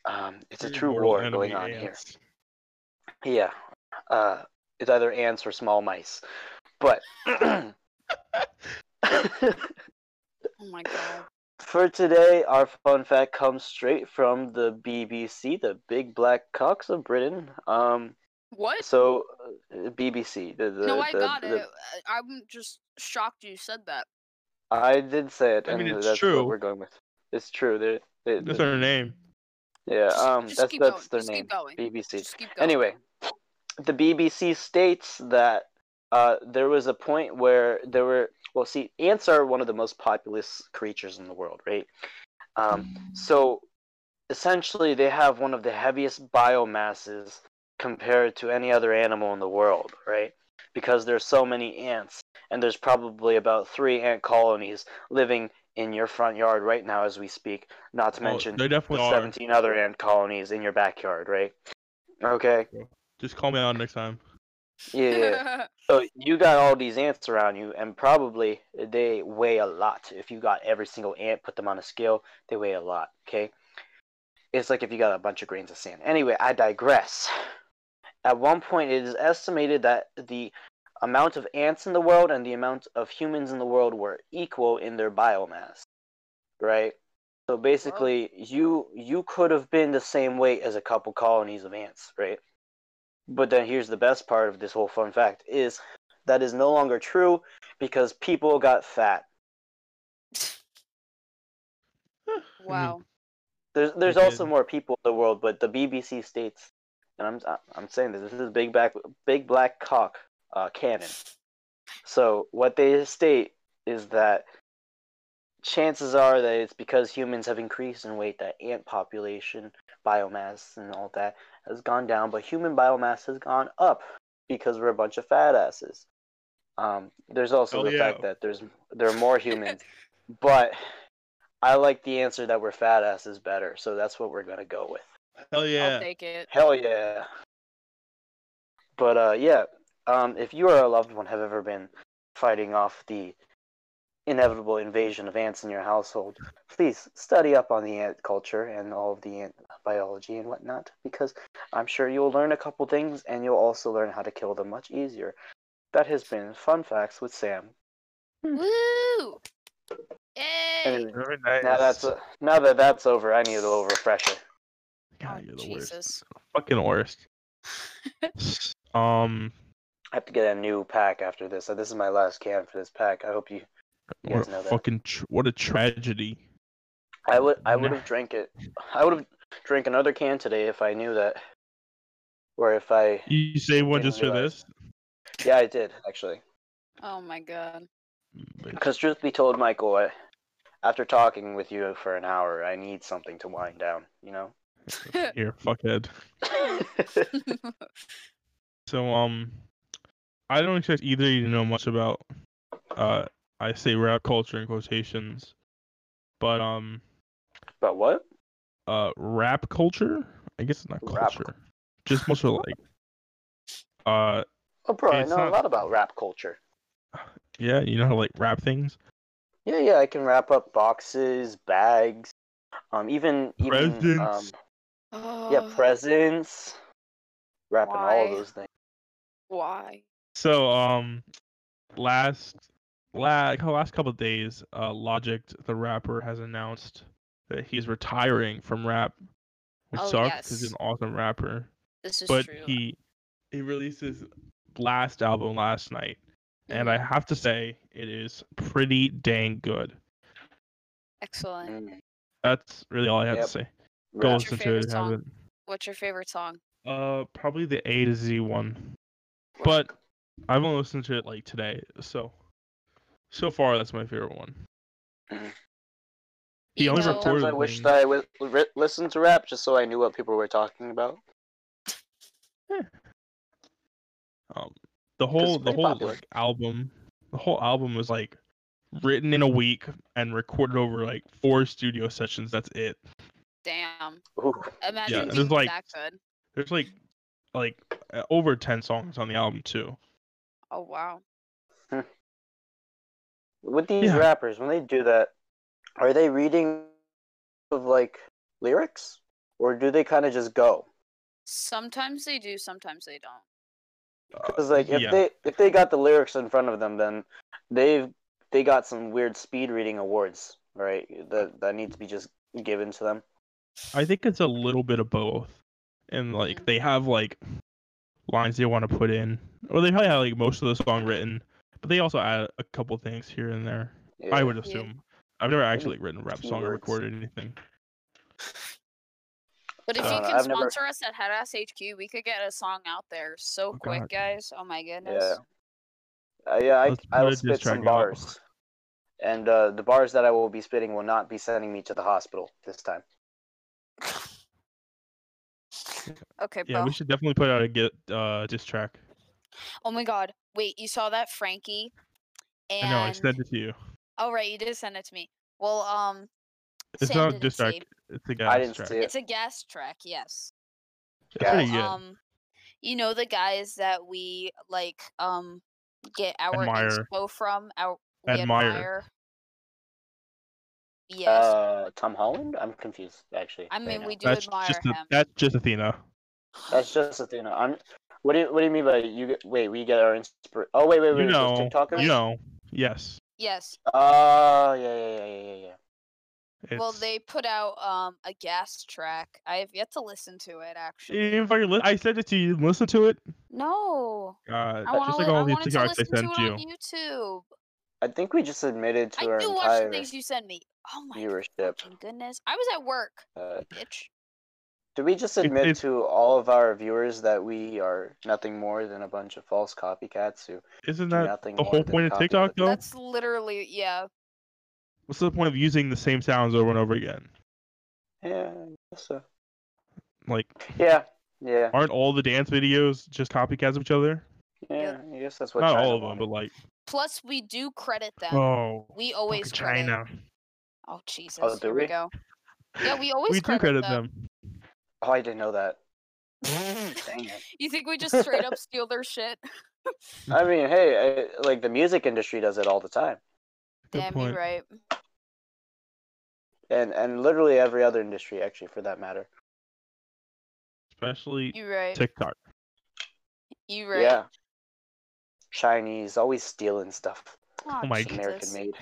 C: Um, it's a true
B: Mortal
C: war
B: enemy
C: going on here.
B: ants.
C: Yeah. Uh, it's either ants or small mice. But
A: Oh my god.
C: for today, our fun fact comes straight from the BBC, the big black cocks of Britain. Um,
A: What?
C: so, uh, BBC. The, the,
A: no, I
C: the-
A: got
C: the-
A: it. Uh, I'm just shocked you said that.
C: I did say it.
B: I mean,
C: and
B: it's
C: that's
B: true.
C: What we're going with. It's true. They're, they,
B: That's our name.
C: yeah,
A: Just-
C: um,
A: just
C: that's,
A: keep
C: that's
A: going.
C: their
A: just
C: name.
A: Keep going.
C: BBC.
A: Just keep going.
C: Anyway, the BBC states that uh, there was a point where there were well, see, ants are one of the most populous creatures in the world, right? Um, so essentially, they have one of the heaviest biomasses compared to any other animal in the world, right? Because there's so many ants, and there's probably about three ant colonies living in your front yard right now as we speak. Not to
B: Oh,
C: mention
B: they definitely are.
C: 17 other ant colonies in your backyard, right? Okay.
B: Just call me out next time.
C: Yeah. yeah. so you got all these ants around you, and probably they weigh a lot. If you got every single ant, put them on a scale, they weigh a lot, okay? It's like if you got a bunch of grains of sand. Anyway, I digress. At one point, it is estimated that the amount of ants in the world and the amount of humans in the world were equal in their biomass, right? So basically, you you could have been the same weight as a couple colonies of ants, right? But then here's the best part of this whole fun fact is that is no longer true because people got fat. Mm-hmm.
A: wow.
C: There's there's
B: They
C: also
B: did.
C: more people in the world, but the BBC states, and I'm I'm saying this. This is big back big black cock uh, canon. So what they state is that chances are that it's because humans have increased in weight that ant population biomass and all that has gone down, but human biomass has gone up because we're a bunch of fat asses. Um, there's also
B: Oh,
C: the
B: yeah.
C: fact that there's there are more humans, but I like the answer that we're fat asses better, so that's what we're gonna go with.
B: Hell
A: I'll
B: yeah.
A: take it.
C: Hell yeah. But uh yeah, um if you or a loved one have ever been fighting off the inevitable invasion of ants in your household, please study up on the ant culture and all of the ant biology and whatnot, because I'm sure you'll learn a couple things and you'll also learn how to kill them much easier. That has been Fun Facts with Sam.
A: Woo! Yay!
C: Hmm. Anyway,
B: Very nice.
C: now that's now that that's over, I need a little refresher.
A: Oh,
B: God, you're the worst.
A: Jesus.
B: Fucking worst. um,
C: I have to get a new pack after this. So this is my last can for this pack. I hope you You guys
B: what
C: know
B: a
C: that.
B: fucking tr- what a tragedy.
C: I would I
B: No.
C: would have drank it. I would have drank another can today if I knew that, or if I
B: You- You say one
C: Didn't
B: just for
C: realize.
B: this?
C: yeah I did actually.
A: Oh my god.
B: Bitch.
C: Because truth be told, Michael, I, after talking with you for an hour, I need something to wind down. You know.
B: Here, fuckhead. So um, I don't expect either of you to know much about. Uh, I say rap culture in quotations, but um,
C: but what?
B: uh, rap culture. I guess it's not
C: Rap.
B: culture. Just more so like. Uh,
C: Oh, bro, I
B: It's
C: know a
B: not-
C: lot about rap culture.
B: yeah, you know how to like rap things.
C: Yeah, yeah, I can wrap up boxes, bags, um, even even um,
B: Presents.
A: Oh,
C: yeah, presents, wrapping all
A: Why?
C: of those things.
A: Why?
B: So um, last last last couple of days, uh, Logic the rapper has announced that he's retiring from rap, which
A: Oh,
B: sucks 'cause he's
A: yes.
B: an awesome rapper.
A: This is
B: but
A: true.
B: he he released his last album last night and i
A: Mhm.
B: have to say it is pretty dang good
A: Excellent.
C: Mm.
B: that's really all i have
C: Yep.
B: to say go
A: What's
C: Rap.
A: your
B: listen to it
A: favorite
B: if you
A: song?
B: haven't.
C: Mm-hmm.
A: What's your favorite song?
B: uh probably the a to z one but i've only listened to it like today so so far that's my favorite one He
A: You
B: only
A: know-
B: recorded-
C: Sometimes I wish that I w- ri listened to rap just so I knew what people were talking about.
B: um the whole the
C: pretty
B: whole
C: popular.
B: like album the whole album was like written in a week and recorded over like four studio sessions that's it
A: Damn.
C: Ooh,
B: Yeah,
A: Imagine
B: and it's
A: being
B: like-
A: that good.
B: There's like like uh, over 10 songs on the album too.
A: Oh wow.
C: with these
B: Yeah.
C: rappers, when they do that, are they reading of like lyrics, or do they kind of just go?
A: Sometimes they do, sometimes they don't.
C: Because like if
B: yeah.
C: they if they got the lyrics in front of them, then they've they got some weird speed reading awards, right? That that need to be just given to them.
B: I think it's a little bit of both. And like
A: Mhm.
B: they have like lines they want to put in. Or they probably have like most of the song written, but they also add a couple things here and there. I
C: Yeah.
B: would
A: Yeah.
B: assume. I've never actually
C: Maybe
B: written a rap song
C: keywords.
B: or recorded anything.
A: But if
C: I
A: you
C: don't know,
A: can
C: I've never-
A: sponsor us at Head Ass HQ, we could get a song out there so
B: Oh,
A: quick,
B: God.
A: guys. Oh my goodness.
C: Yeah. Uh, yeah, I,
B: Let's put a
C: I'll
B: diss
C: spit
B: track
C: some
B: out.
C: bars. And uh, the bars that I will be spitting will not be sending me to the hospital this time.
A: Okay,
B: Yeah,
A: bro.
B: we should definitely put out a get uh diss track.
A: Oh my god. Wait, you saw that Frankie? And
B: I know I sent it to you.
A: Oh right, you did send it to me. Well, um
B: It's
A: Sam
B: not a
A: didn't
B: diss track.
A: see.
B: It's a gas
C: I didn't
B: track.
C: see it.
A: It's a gas track, yes.
B: It's pretty
C: Yeah.
B: good.
A: Um you know the guys that we like um get our
B: Admire.
A: inspo from, our we
B: Admire.
A: Yes.
C: Uh, Tom Holland? I'm confused, actually.
A: I
C: right
A: mean
C: now.
A: we do
B: that's
A: admire
B: just
A: him.
B: a, that's just Athena.
C: that's just Athena. I'm. What do you What do you mean by you? get- Wait, we get our inspiration. Oh wait, wait, wait.
B: You
C: wait, those
B: know,
C: TikTokers?
B: you know. Yes.
A: yes.
C: Oh yeah, yeah, yeah, yeah, yeah, yeah.
A: Well
B: it's-
A: they put out um a gas track. I have yet to listen to it actually.
B: You didn't even fucking li- I sent it to you. you didn't Listen to it.
A: No.
B: Uh,
A: I want
B: just
A: to
B: like
A: li-
B: all
A: I
B: these
A: wanted to
B: TikToks I
A: listen to
B: sent
A: it
B: you.
A: on YouTube.
C: I think we just admitted to
A: I
C: our
A: do watch the
C: entire
A: things you send me. Oh my
C: viewership.
A: fucking goodness. I was at work,
C: Uh,
A: bitch.
C: did we just
B: It-
C: admit
B: it's-
C: to all of our viewers that we are nothing more than a bunch of false copycats who
B: Isn't
C: do
B: that
C: nothing
B: the
C: more
B: whole
C: than
B: point of
C: copy
B: TikTok
C: the-
B: though?
A: That's literally yeah.
B: what's the point of using the same sounds over and over again?
C: Yeah, I guess so.
B: Like,
C: Yeah, yeah,
B: aren't all the dance videos just copycats of each other?
C: yeah. I guess that's what.
B: Not
C: China
B: all of them,
C: wanted.
B: but like,
A: Plus, we do credit them.
B: oh,
A: we always
B: fucking
A: credit.
B: China.
A: Oh Jesus!
C: Oh, do
A: Here we?
C: we?
A: go. Yeah, we always
B: we do
A: credit,
B: credit
A: them.
B: them.
C: Oh, I didn't know that. Dang it.
A: You think we just straight up steal their shit?
C: I mean, hey, I, like the music industry does it all the time,
B: Good
A: Damn,
B: point.
A: you right.
C: and and literally every other industry, actually, for that matter.
B: Especially
A: You right.
B: TikTok.
A: You right.
C: Yeah. Chinese always stealing stuff.
B: Oh my
C: It's American
A: Jesus.
C: made.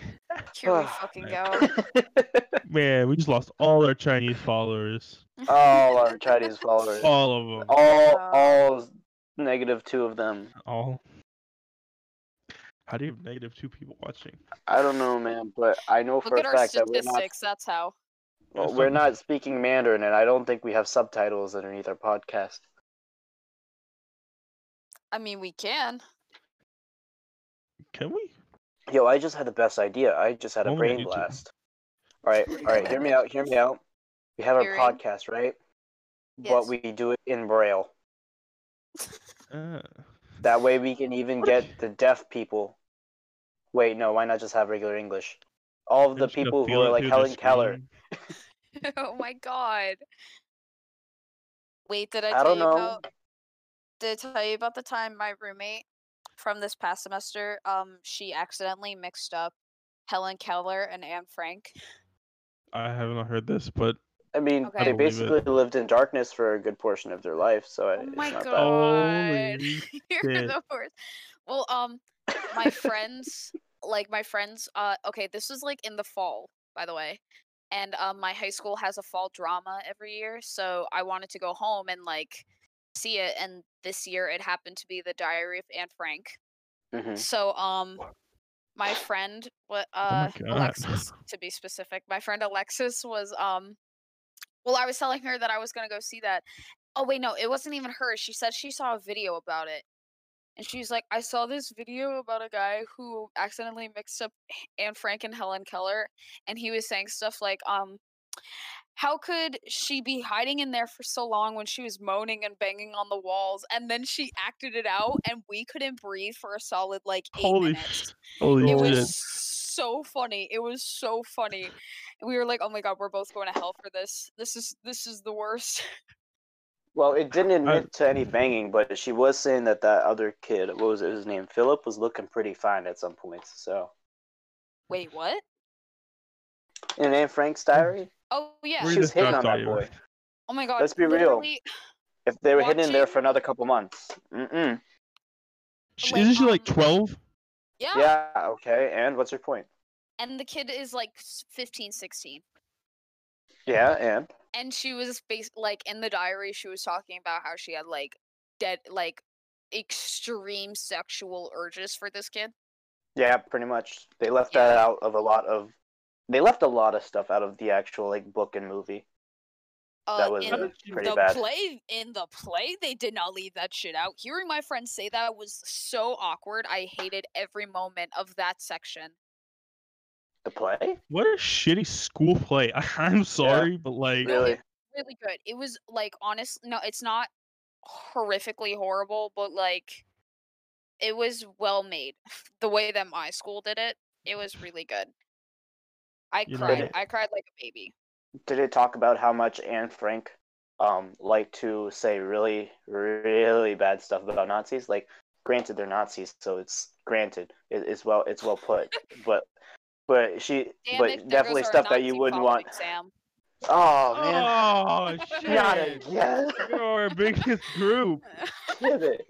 A: Here we
C: Ah,
A: fucking
B: man.
A: go.
B: Man, we just lost all our Chinese followers.
C: all our Chinese followers. All,
B: All of them.
C: all,
A: Wow.
C: negative two of them.
B: All. How do you have negative two people watching?
C: I don't know, man, but I know for
A: Look
C: a
A: at our
C: fact that we're not
A: statistics. That's how.
C: well,
B: That's
C: we're
B: something.
C: not speaking Mandarin, and I don't think we have subtitles underneath our podcast.
A: I mean, we can.
B: Can we?
C: Yo, I just had the best idea. I just had a
B: Only
C: brain
B: YouTube.
C: blast. All right, all right. Hear me out. Hear me out. We have our
A: Hearing.
C: podcast, right?
A: Yes.
C: But we do it in braille.
B: Uh,
C: That way, we can even
B: What if-
C: get the deaf people. Wait, no. Why not just have regular English? All of
B: they're
C: the
B: just gonna
C: people who
B: feel
C: are
B: it
C: like
B: through their
C: Helen Keller.
B: screen.
A: oh my god. Wait, did I,
C: I,
A: tell
C: don't
A: you
C: know.
A: about did I tell you about the time my roommate from this past semester, um, she accidentally mixed up Helen Keller and Anne Frank.
B: I haven't heard this, but
C: I mean,
A: Okay. I
C: they
B: believe it.
C: basically lived in darkness for a good portion of their life, so I-
A: Oh
C: it's
A: my
C: not
A: god.
B: Holy
A: You're
B: shit.
A: the worst. Well, um,
C: bad.
A: my friends, like my friends, uh, okay, this was like in the fall, by the way. And um, my high school has a fall drama every year, so I wanted to go home and like see it. And this year, it happened to be the Diary of Anne Frank.
C: Mhm.
A: So um my friend what uh
B: Mm-hmm. Oh my God.
A: Alexis to be specific, my friend Alexis was um well I was telling her that I was going to go see that. Oh wait, no, it wasn't even her. She said she saw a video about it. And she's like, I saw this video about a guy who accidentally mixed up H- Anne Frank and Helen Keller and he was saying stuff like um how could she be hiding in there for so long when she was moaning and banging on the walls and then she acted it out and we couldn't breathe for a solid like eight
B: Holy
A: minutes
B: holy
A: it
B: shit.
A: was so funny it was so funny And we were like oh my god we're both going to hell for this this is this is the worst
C: Well, it didn't
B: I-
C: admit to any banging, but she was saying that that other kid, what was it, his name, Philip, was looking pretty fine at some points. So,
A: wait what
C: in Anne Frank's diary,
A: oh yeah
B: Read
C: she was
B: this
C: hitting
B: guy's
C: on that
B: diary.
C: boy.
A: oh my god
C: let's be real.
A: literally,
C: If they were hidden there
A: Watching-
C: for another couple months, mm-mm.
B: Sh-
A: like,
B: Isn't she like
A: um,
B: twelve?
A: yeah.
C: yeah, okay. And what's your point?
A: and the kid is like s- 15 16
C: Yeah, and
A: and she was bas- like in the diary she was talking about how she had like dead like extreme sexual urges for this kid
C: yeah, pretty much. They left that out of a lot of. They left a lot of stuff out of the actual like book and movie.
A: uh,
C: That was
A: in
C: uh, pretty
A: the
C: bad.
A: play in the play they did not leave that shit out hearing my friends say that was so awkward i hated every moment of that section
C: The play,
B: What a shitty school play. I, I'm sorry, but like,
A: Yeah.
C: really?
A: really good it was like honest no it's not horrifically horrible but like it was well made the way that my school did it it was really good i
B: You know-
A: cried i cried like a baby
C: did it talk about how much Anne Frank um liked to say really really bad stuff about Nazis? Like, granted they're Nazis, so it's granted it, it's well it's well put, but but she
A: Damn
C: but
A: it, there
C: definitely
A: goes our
C: stuff that you
A: Nazi
C: wouldn't
A: following,
C: want.
A: Sam.
C: Oh man,
B: oh shit,
C: not again!
B: you're our biggest group.
C: Damn it.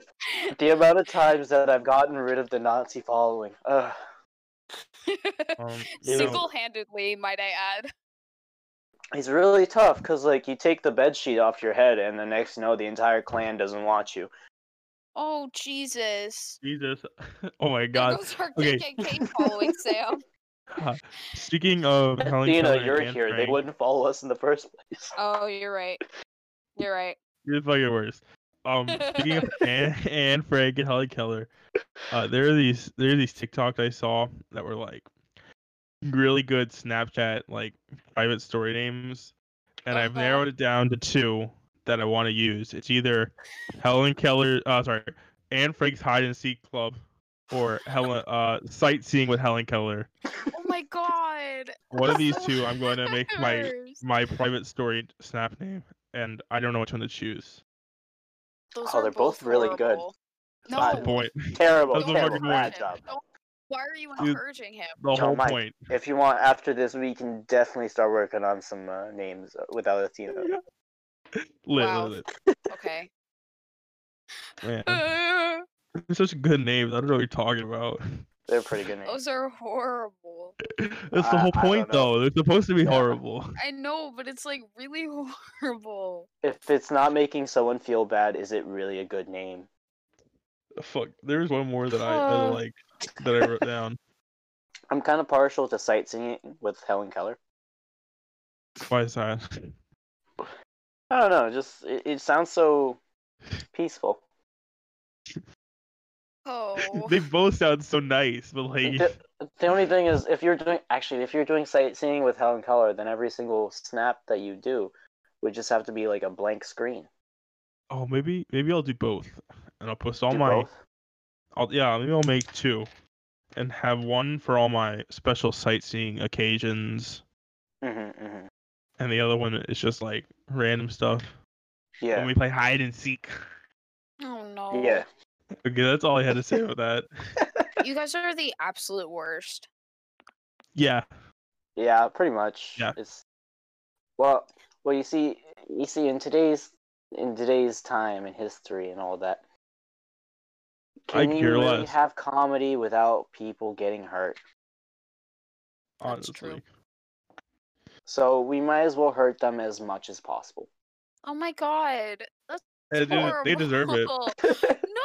C: The amount of times that I've gotten rid of the Nazi following. Ugh.
B: Um, you know,
A: Single-handedly, might I add.
C: It's really tough because like you take the bed sheet off your head, and the next you know the entire clan doesn't want you.
A: Oh Jesus!
B: Jesus. Oh my
A: There
B: god.
A: goes our
B: Okay.
A: KKK following, Sam.
B: Speaking of Helen
C: Athena,
B: Keller and
C: you're
B: Anne
C: here. They
B: Frank,
C: wouldn't follow us in the first place.
A: Oh, you're right. You're right.
B: You're the fucking worst. Um, speaking of Anne, Anne Frank and Helen Keller, uh, there are these there are these TikToks I saw that were like, really good Snapchat like private story names, and I've
A: Uh-huh.
B: narrowed it down to two that I want to use. It's either Helen Keller, uh, sorry, Anne Frank's hide and seek club, or Helen uh, sightseeing with Helen Keller.
A: Oh my god.
B: One of these
A: so
B: two, I'm going to make my
A: hers.
B: my private story snap name, and I don't know which one to choose.
A: Those
C: Oh,
A: are
C: they're both really good.
A: horrible. No.
B: That's the point.
C: Terrible,
B: That's the
C: terrible,
B: fucking
A: encourage
C: bad
A: him.
C: job.
A: Don't- Why are you
B: Dude.
A: encouraging him?
B: The whole
C: Mike.
B: point.
C: If you want, after this, we can definitely start working on some uh, names without Athena.
B: Lit,
A: Wow.
B: lit,
A: Okay.
B: lit. Man,
A: Uh,
B: it's such good names. I don't know what you're talking about.
C: They're pretty good names.
A: Those are horrible.
B: That's the
C: I-
B: whole
C: I don't
B: point,
C: know.
B: though. They're supposed to be
C: Yeah.
B: horrible.
A: I know, but it's like really horrible.
C: If it's not making someone feel bad, is it really a good name?
B: Fuck. There's one more that I, I
A: Uh.
B: like that I wrote down.
C: I'm kind of partial to sightseeing with Helen Keller.
B: Why is that?
C: I don't know. Just it, it sounds so peaceful.
A: Oh.
B: They both sound so nice, but like,
C: The, the only thing is, if you're doing actually, if you're doing sightseeing with Helen Keller, then every single snap that you do would just have to be like a blank screen.
B: oh, maybe maybe I'll do both, and I'll post all
C: Do
B: Oh my.
C: both.
B: I'll, yeah, maybe I'll make two, and have one for all my special sightseeing occasions,
C: Mhm, mhm.
B: and the other one is just like random stuff
C: Yeah.
B: when we play hide and seek.
A: Oh no.
C: Yeah.
B: Okay, that's all I had to say about that.
A: You guys are the absolute worst.
B: Yeah,
C: Yeah, pretty much.
B: Yeah.
C: It's well, well, you see, you see, in today's in today's time and history and all that,
B: I
C: can you
B: care
C: really
B: less.
C: have comedy without people getting hurt?
A: That's
B: honestly.
A: true.
C: So we might as well hurt them as much as possible.
A: Oh my god. That's
B: They, do-
A: horrible.
B: they deserve it.
A: no.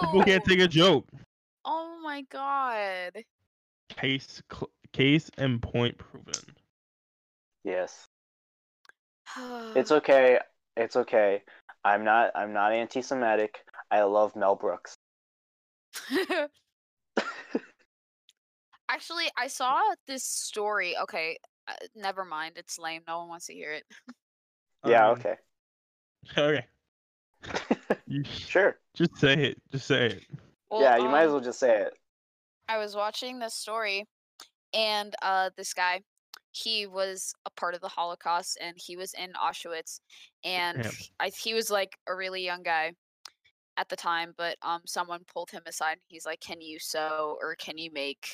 B: People can't take a joke.
A: Oh my god.
B: Case cl- case and point proven.
C: yes, it's okay. It's okay. I'm not. I'm not anti-Semitic. I love Mel Brooks.
A: Actually, I saw this story. Okay, uh, never mind. It's lame. No one wants to hear it.
C: yeah.
B: Um,
C: Okay.
B: Okay. you
C: Sure.
B: just say it. Just say it.
A: Well,
C: yeah. You might as
A: um,
C: well just say it.
A: I was watching this story, and uh, this guy, he was a part of the Holocaust, and he was in Auschwitz, and
B: Damn.
A: he- I, he was like a really young guy at the time. But um, someone pulled him aside. And he's like, "Can you sew or can you make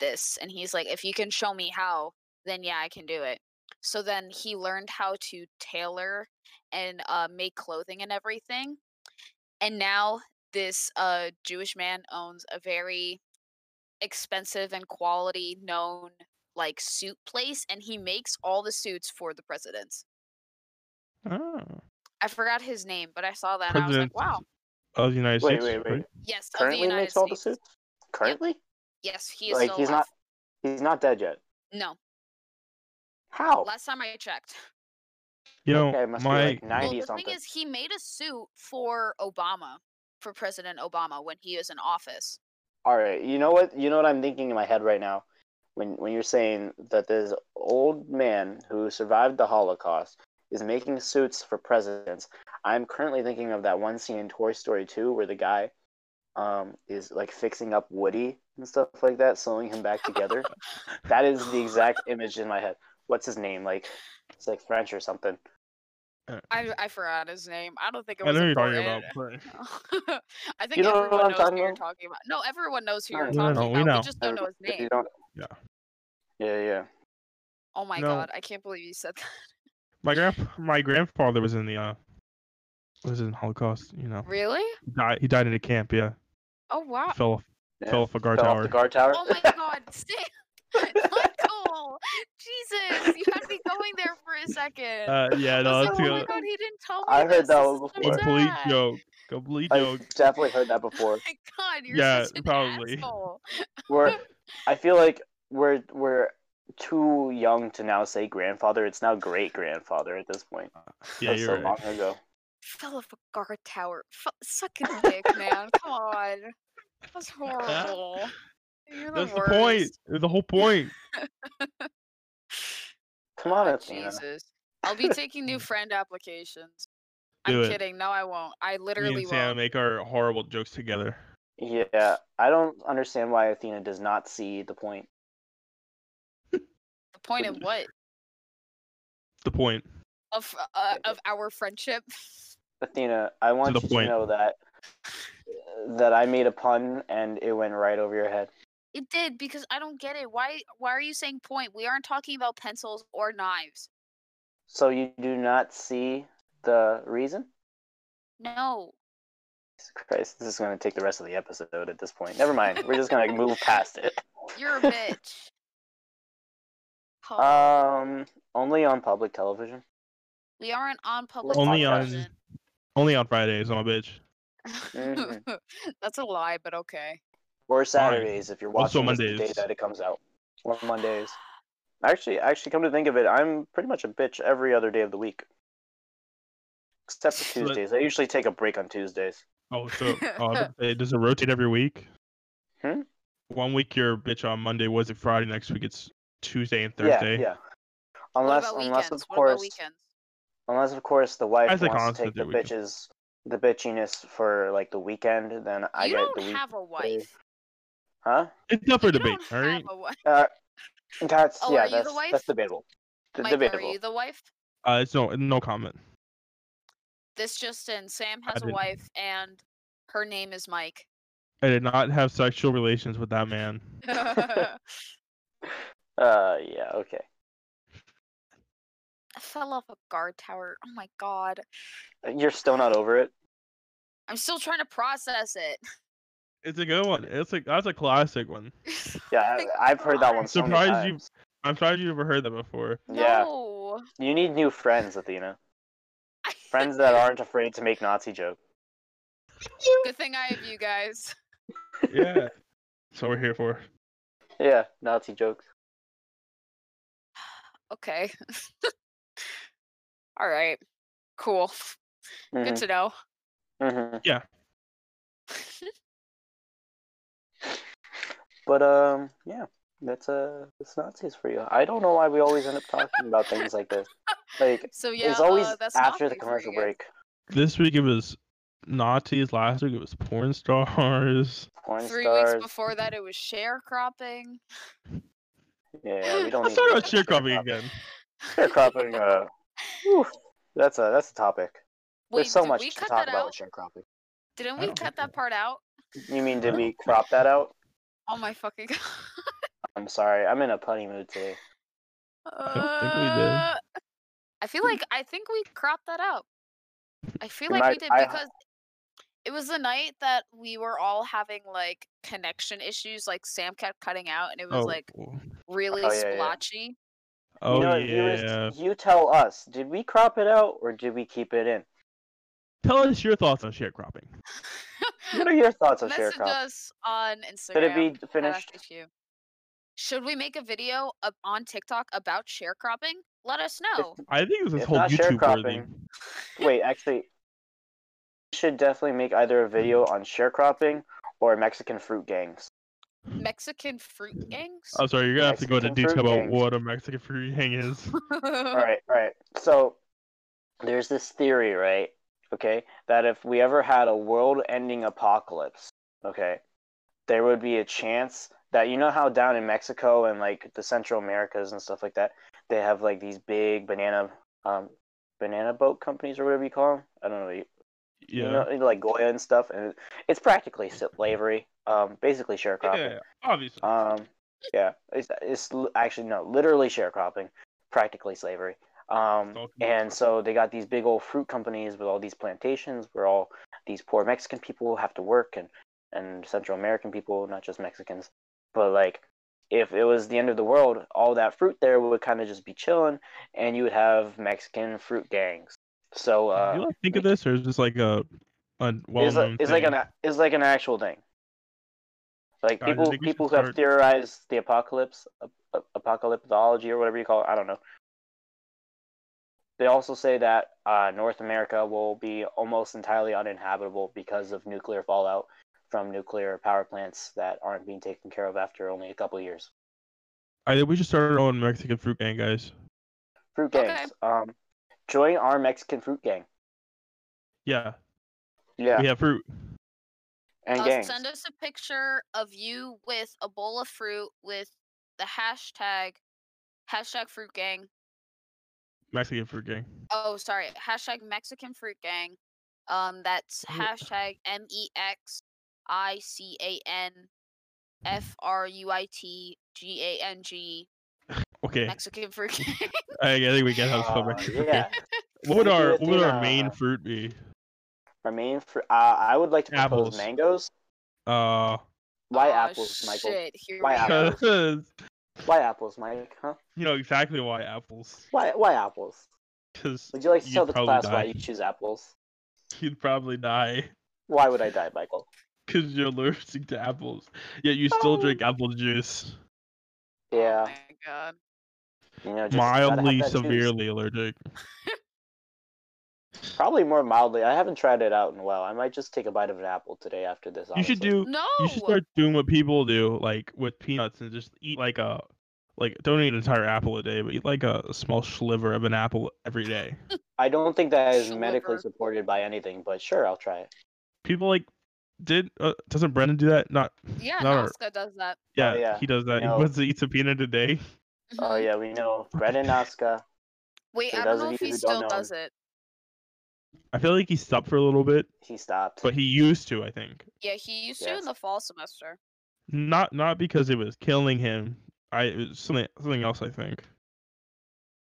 A: this?" And he's like, "If you can show me how, then yeah, I can do it." So then he learned how to tailor and uh, make clothing and everything, and now. This uh, Jewish man owns a very expensive and quality known like suit place and he makes all the suits for the presidents.
B: Oh.
A: I forgot his name, but I saw that and I was like,
B: Presidents
A: wow.
B: Of the United
C: Wait.
B: States.
C: Wait. Wait.
B: right?
A: Yes, of the
C: Currently
A: United
C: makes all the
A: States.
C: suits. Currently.
A: yes, he is
C: like
A: still
C: he's
A: alive.
C: not he's not dead yet.
A: No.
C: How?
A: Last time I checked.
B: You know,
C: okay, it must
B: my
C: be like
A: Well,
C: ninety
A: the
C: something.
A: thing is he made a suit for Obama, for President Obama when he was in office.
C: All right, you know what? You know what I'm thinking in my head right now, when when you're saying that this old man who survived the Holocaust is making suits for presidents. I'm currently thinking of that one scene in Toy Story 2 where the guy um, is like fixing up Woody and stuff like that, sewing him back together. that is the exact image in my head. What's his name? Like it's like French or something.
A: I, I forgot his name. I don't think it
B: I
A: was
B: know who you're talking about.
A: important.
B: but-
A: I think
C: You know what
A: everyone
C: I'm
A: knows
C: talking
A: who you're
C: about?
A: talking about. No, everyone knows who
C: No,
A: you're
B: no, no,
A: talking
B: we
A: about.
B: know.
A: We just don't know his
C: If you
A: name.
C: don't-
B: Yeah.
C: Yeah, yeah.
A: Oh my
B: No.
A: god, I can't believe you said that.
B: my grand my grandfather was in the uh was in Holocaust. You know,
A: Really?
B: he died. He died in a camp. Yeah,
A: Oh wow.
B: fell off
C: Yeah,
B: fell off a guard
C: fell
B: tower.
C: off the guard tower.
A: Oh my god, Stan! Michael! Jesus! You had me going there for a second.
B: Uh, yeah,
A: I
B: no,
A: was
B: that's
A: like,
B: a
A: oh my god, he didn't tell me.
C: I heard
A: this.
C: that
A: This is so
C: one before.
B: complete
A: sad.
B: joke. Complete joke.
C: I've definitely heard that before.
A: Oh my god, you're
B: Yeah,
A: such an
B: probably.
A: asshole.
C: We're, I feel like we're we're too young to now say grandfather. It's now great grandfather at this point.
B: Yeah,
C: That's
B: you're
C: so
B: right.
C: long ago.
A: Fell off a guard tower. F- suck his dick, man. Come on. That's horrible. You're the
B: That's the point.
A: worst.
B: The whole point.
C: Come on,
A: Oh,
C: Athena.
A: Jesus. I'll be taking new friend applications.
B: Do
A: I'm
B: it.
A: kidding. No, I won't. I
B: Me
A: literally
B: and Sam
A: won't.
B: make our horrible jokes together.
C: Yeah, I don't understand why Athena does not see the point.
A: The point of what?
B: The point.
A: Of uh, of our friendship?
C: Athena, I want
B: the
C: you
B: point.
C: to know that that I made a pun and it went right over your head.
A: It did because I don't get it. Why why are you saying point? We aren't talking about pencils or knives.
C: So you do not see the reason?
A: No.
C: Jesus Christ, this is going to take the rest of the episode at this point. Never mind. We're just going to move past it.
A: You're a
C: Uh,
A: bitch. Oh,
C: Um, only on public television.
A: we aren't on public
B: Only on
A: television.
B: only on Fridays, I'm a bitch.
C: Mhm.
A: That's a lie, but okay.
C: or Saturdays if you're
B: Also
C: watching this the day
B: Mondays.
C: that it comes out, or Mondays. Actually, actually, come to think of it, I'm pretty much a bitch every other day of the week, except for
B: But-
C: Tuesdays. I usually take a break on Tuesdays.
B: Oh, so uh, it- does it rotate every week?
C: Hmm?
B: One week you're a bitch on Monday, was it Friday? Next week it's Tuesday and
C: Yeah,
B: Thursday.
C: yeah. Unless,
A: what about
C: unless
A: weekends?
C: of
A: What about
C: course,
A: weekends?
C: unless of course the wife
B: As a
C: wants to
B: constant
C: take the
B: every weekend.
C: bitches, the bitchiness for like the weekend, then I
A: you
C: get eh,
A: don't
C: the week.
A: have a wife.
C: Huh?
B: It's up for
A: You
B: debate,
A: don't
B: all right?
A: have a wife.
C: Uh, that's
A: Oh, are
C: yeah,
A: you the
C: that's
A: wife?
C: that's debatable. D-
A: Mike, are
C: debatable.
A: you the wife?
B: Uh, it's no no comment.
A: This just in. Sam has a
B: didn't-
A: wife, and her name is Mike.
B: I did not have sexual relations with that man.
A: I
C: Uh, yeah, okay.
A: fell off a guard tower. Oh my god.
C: You're still not over it.
A: I'm still trying to process it.
B: It's a good one. It's a that's a classic one.
C: Yeah,
A: Thank
C: I, I've heard that
A: God.
C: one. So many
B: Surprised you-
C: times.
B: I'm surprised you never heard that before.
C: Yeah.
A: No.
C: You need new friends, Athena. Friends that aren't afraid to make Nazi jokes.
A: Good thing I have you guys.
B: Yeah. That's what we're here for.
C: Yeah, Nazi jokes.
A: Okay. All right. Cool.
C: hmm
A: Good to know.
C: hmm
B: Yeah.
C: But um, yeah, that's uh, that's Nazis for you. I don't know why we always end up talking about things like this. Like
A: So yeah,
C: it's always
A: uh, that's
C: after
A: Nazi for
C: the
A: you
C: commercial
A: guys.
C: break.
B: This week it was Nazis. Last week it was porn stars.
C: Porn
A: Three
C: stars.
A: weeks before that, it was sharecropping.
C: Oh, Yeah, we don't.
B: Let's
C: need
B: talk
C: to
B: about
C: get
B: sharecropping
C: into
B: again.
C: Sharecropping. Uh, whew, that's a that's a topic.
A: Wait,
C: There's so
A: did
C: much
A: we
C: to
A: cut
C: talk
A: that
C: about
A: out?
C: with sharecropping.
A: Didn't
B: I
A: we
B: don't
A: cut
B: think
A: that
B: so.
A: part out?
C: You mean did
B: I
C: we
B: don't-
C: crop that out?
A: Oh my fucking god.
C: I'm sorry. I'm in a punny mood today.
B: don't think we did.
A: Uh, I feel like I think we cropped that out. I feel
C: It
A: like
C: might-
A: we did
C: I-
A: because it was the night that we were all having like connection issues. Like Sam kept cutting out, and it was
B: Oh,
A: like really
C: yeah, yeah.
A: splotchy.
B: oh
C: you know, viewers,
B: yeah.
C: you tell us. Did we crop it out or did we keep it in?
B: Tell us your thoughts on sharecropping.
C: What are your thoughts on
A: Message
C: sharecropping?
A: us on Instagram.
C: Could it be
A: at
C: finished?
A: FHQ. Should we make a video up on TikTok about sharecropping? Let us know.
B: I think it was this
C: If
B: whole
C: not
B: YouTube board
C: sharecropping,
B: thing.
C: Wait, actually, we should definitely make either a video on sharecropping or Mexican fruit gangs.
A: Mexican fruit gangs.
B: I'm sorry, you're gonna have to go into
C: Mexican
B: detail
C: fruit
B: about
C: gangs.
B: what a Mexican fruit gang is.
C: All right, all right. So there's this theory, right? Okay, that if we ever had a world-ending apocalypse, okay, there would be a chance that you know how down in Mexico and like the Central Americas and stuff like that, they have like these big banana, um, banana boat companies or whatever you call them. I don't know. You,
B: Yeah.
C: you know, like Goya and stuff, and it's practically slavery. Um, basically sharecropping.
B: yeah, obviously.
C: Um, yeah, it's, it's l- actually no, literally sharecropping, practically slavery. Um,
B: Stalking.
C: and so they got these big old fruit companies with all these plantations where all these poor Mexican people have to work and and Central American people, not just Mexicans. But like, if it was the end of the world, all that fruit there would kind of just be chilling, and you would have Mexican fruit gangs. So uh,
B: Do you like think of this, or is this like a, a well
C: it's, like-
B: known?
C: it's like an a- it's like an actual thing. Like
B: Guys, I
C: people
B: think we should
C: people who have
B: start-
C: theorized the apocalypse, ap- ap- apocalyptology or whatever you call it. I don't know. They also say that uh, North America will be almost entirely uninhabitable because of nuclear fallout from nuclear power plants that aren't being taken care of after only a couple years.
B: I think we should start our own Mexican fruit gang, guys.
C: Fruit
A: Okay.
C: gangs. Um, join our Mexican fruit gang.
B: Yeah,
C: Yeah,
B: we have fruit.
C: and
A: Uh,
C: gangs.
A: send us a picture of you with a bowl of fruit with the hashtag hashtag fruit gang.
B: Mexican fruit gang.
A: Oh, sorry, hashtag Mexican fruit gang. Um, that's
B: Yeah.
A: hashtag M E X I C A N F R U I T G A N G
B: Okay,
A: Mexican fruit gang.
B: I, I think we get how to spell
C: Uh,
B: Mexican fruit gang.
C: yeah,
B: What would
C: Maybe
B: our
C: it's
B: what would
C: in,
B: our main
C: uh,
B: fruit be?
C: our main fruit. Uh, I would like to propose
B: Apples.
C: mangoes.
B: Uh,
C: Why
A: Aw,
C: apples, Michael?
A: Oh, Shit, here
C: Why
A: we go.
C: apples?
B: you
C: Why apples, Mike? Huh?
B: know exactly why apples.
C: Why? Why apples?
B: Because
C: Would you like to
B: You'd
C: tell the
B: probably
C: class why
B: die.
C: you choose apples?
B: you'd probably die
C: Why would I die, Michael?
B: because you're allergic to apples. Yet you still
C: Oh.
B: drink apple juice.
A: Oh
C: Yeah,
A: my god.
C: you know, just gotta have
B: Mildly
C: that juice.
B: severely allergic.
C: Probably more mildly. I haven't tried it out in a while. I might just take a bite of an apple today after this.
B: You should
C: honestly.
B: do.
A: No.
B: You should start doing what people do, like with peanuts, and just eat like a, like don't eat an entire apple a day, but eat like a, small sliver of an apple every day.
C: I don't think that is
A: Sliver.
C: medically supported by anything, but sure, I'll try it.
B: People like did uh, doesn't Brendan do that? Not
A: Yeah,
B: not our-
A: Nazca does that.
B: yeah,
C: yeah.
B: he does that.
C: No.
B: He wants to eat a peanut a day.
C: Oh
A: Mhm.
C: yeah, we know Brendan Nazca.
A: Wait,
C: For
A: I don't
C: those of
A: know if
C: you
A: he
C: who don't
A: still
C: know
A: does it.
B: I feel like he stopped for a little bit,
C: He stopped.
B: but he used to. I think
A: Yeah, he used to
C: Yes.
A: in the fall semester.
B: not not because it was killing him. I it was something something else. I think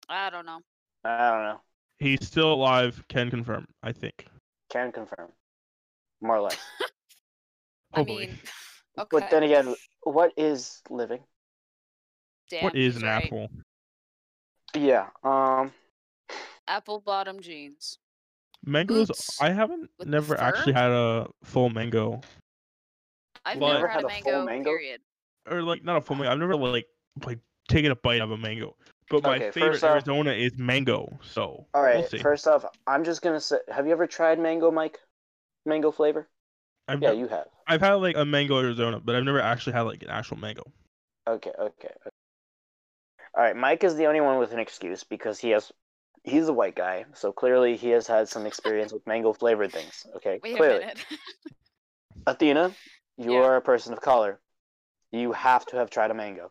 A: I don't know.
C: I don't know.
B: he's still alive. Can confirm. I think.
C: Can confirm. More or less.
A: I
B: Hopefully.
A: mean, okay.
C: But then again, what is living?
A: Damn,
B: what is
A: he's
B: an
A: right.
B: apple?
C: Yeah. Um.
A: Apple bottom jeans.
B: Mangoes.
A: Boots
B: I haven't
A: with the
B: never actually
A: fur?
B: had a full mango,
A: I've
B: Well,
A: never
B: Never
A: had a
C: had a full
A: mango,
C: mango?
A: period.
B: or like not a full mango. I've never like like taken a bite of a mango. But my
C: Okay,
B: favorite
C: first off-
B: Arizona is mango. So we'll
C: All right.
B: see.
C: first off, I'm just gonna say, have you ever tried mango, Mike? Mango flavor?
B: Mm-hmm. I've,
C: Yeah,
B: ne-
C: you have.
B: I've had like a mango Arizona, but I've never actually had like an actual mango.
C: Okay, okay. okay. All right, Mike is the only one with an excuse because he has he's a white guy, so clearly he has had some experience with mango flavored things. Okay,
A: Wait a
C: clearly.
A: minute.
C: Athena, you
A: Yeah.
C: are a person of color. You have to have tried a mango.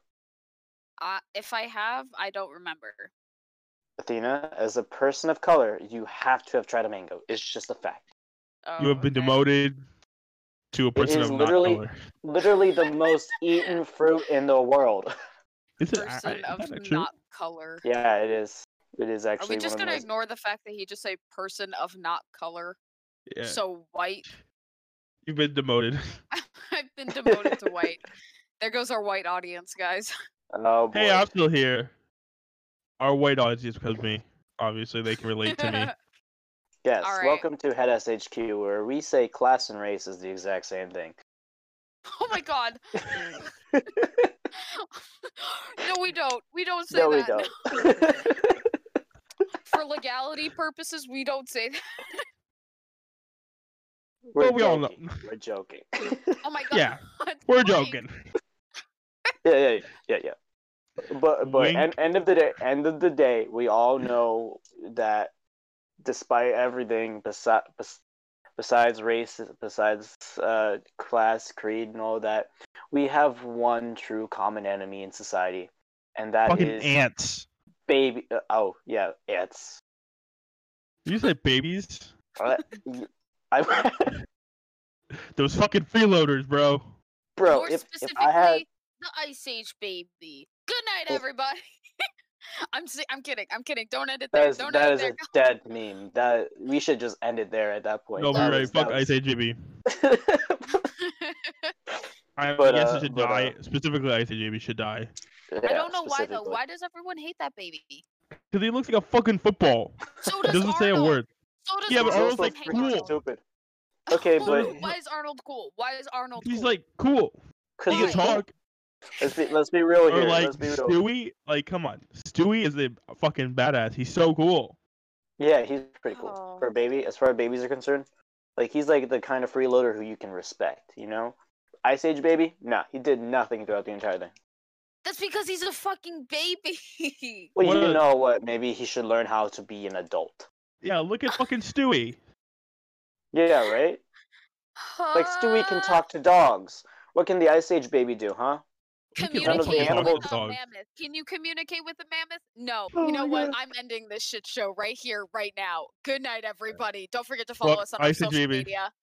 A: uh, if I have, I don't remember.
C: Athena, as a person of color, you have to have tried a mango. It's just a fact.
A: Oh,
B: You have been
A: okay.
B: demoted to a person
C: is
B: of not
C: literally-
B: color.
C: Literally the most eaten fruit in the world.
B: Is it a- I-
A: Person
B: is that
A: of
B: true?
A: not color.
C: Yeah, it is. It is
A: Are
C: actually
A: we just
C: one
A: gonna
C: of the most...
A: ignore the fact that he just said person of not color?
B: Yeah,
A: So white.
B: you've been demoted.
A: I've been demoted to white. There goes our white audience, guys.
C: Oh boy.
B: hey, I'm still here. Our white audience because of me. Obviously, they can relate to me.
C: Yes,
A: All right.
C: welcome to Head SHQ, where we say class and race is the exact same thing.
A: Oh my god. no, we don't. We don't say
C: no,
A: that.
C: we don't.
A: For legality purposes, we don't say that.
C: We're
B: Well, we all know.
C: joking. We're joking.
A: Oh my god.
B: Yeah, we're
A: Mike,
B: joking.
C: yeah, yeah, yeah, yeah. But but
B: Wink.
C: end, end of the day, end of the day, we all know that despite everything besi- bes- besides race, besides uh, class, creed, and all that, we have one true common enemy in society, and that is
B: Fucking ants.
C: baby. uh, oh yeah, ants.
B: Did you say babies?
C: Uh, y- I,
B: Those fucking freeloaders, bro.
C: bro,
A: More
C: if, if
A: specifically,
C: I had
A: the Ice Age baby. Good night,
C: Oh.
A: everybody. I'm si- I'm kidding. I'm kidding. Don't end it
C: that
A: there.
C: is,
A: Don't
C: that
A: end it
C: is a
A: there.
C: dead meme. That we should just end it there at that point.
B: No,
C: That
B: you're right.
C: was-
B: Fuck
C: that
B: Ice
C: was-
B: Age JB. I
C: But,
B: guess
C: uh,
B: it should
C: but, uh,
B: die. Specifically, Ice Age JB should die.
A: I
C: Yeah,
A: don't know why though.
C: specifically.
A: Why does everyone hate that baby?
B: Because he looks like a fucking football.
A: So
B: It
A: does
B: doesn't
A: Arnold.
B: say a word.
A: So does
B: Yeah, but
A: Arnold.
C: It's
B: Arnold's,
C: also
B: like,
A: hate
C: freaking
A: Arnold.
B: cool.
C: Stupid. Okay,
A: Arnold-
C: but-
A: why is Arnold cool? Why is Arnold?
B: He's
A: cool?
B: like cool.
C: Cause
A: Why?
B: He can
C: he's
B: talk.
C: Let's be, let's be real
B: Or
C: here.
B: like
C: let's be real.
B: Stewie. Like, come on. Stewie is a fucking badass. He's so cool.
C: Yeah, he's pretty cool
A: Oh.
C: for a baby. As far as babies are concerned, Like he's like the kind of freeloader who you can respect, you know? Ice Age Baby? Nah, he did nothing throughout the entire thing.
A: That's because he's a fucking baby.
C: Well,
B: What
C: you
B: a-
C: know what? Maybe he should learn how to be an adult.
B: Yeah, look at fucking Stewie.
C: Yeah, right? Like Stewie can
A: Huh?
C: talk to dogs. What can the Ice Age Baby do, huh?
B: He can
A: Communicate
C: fucking
A: with a
C: animal
B: dog.
A: mammoth. Can you communicate with a mammoth? No.
C: Oh
A: you know
C: my
A: what?
C: God.
A: I'm ending this shit show right here, right now. Good night, everybody. Don't forget to follow
B: Well,
A: us on
B: I
A: our
B: see
A: social
B: Jamie.
A: media.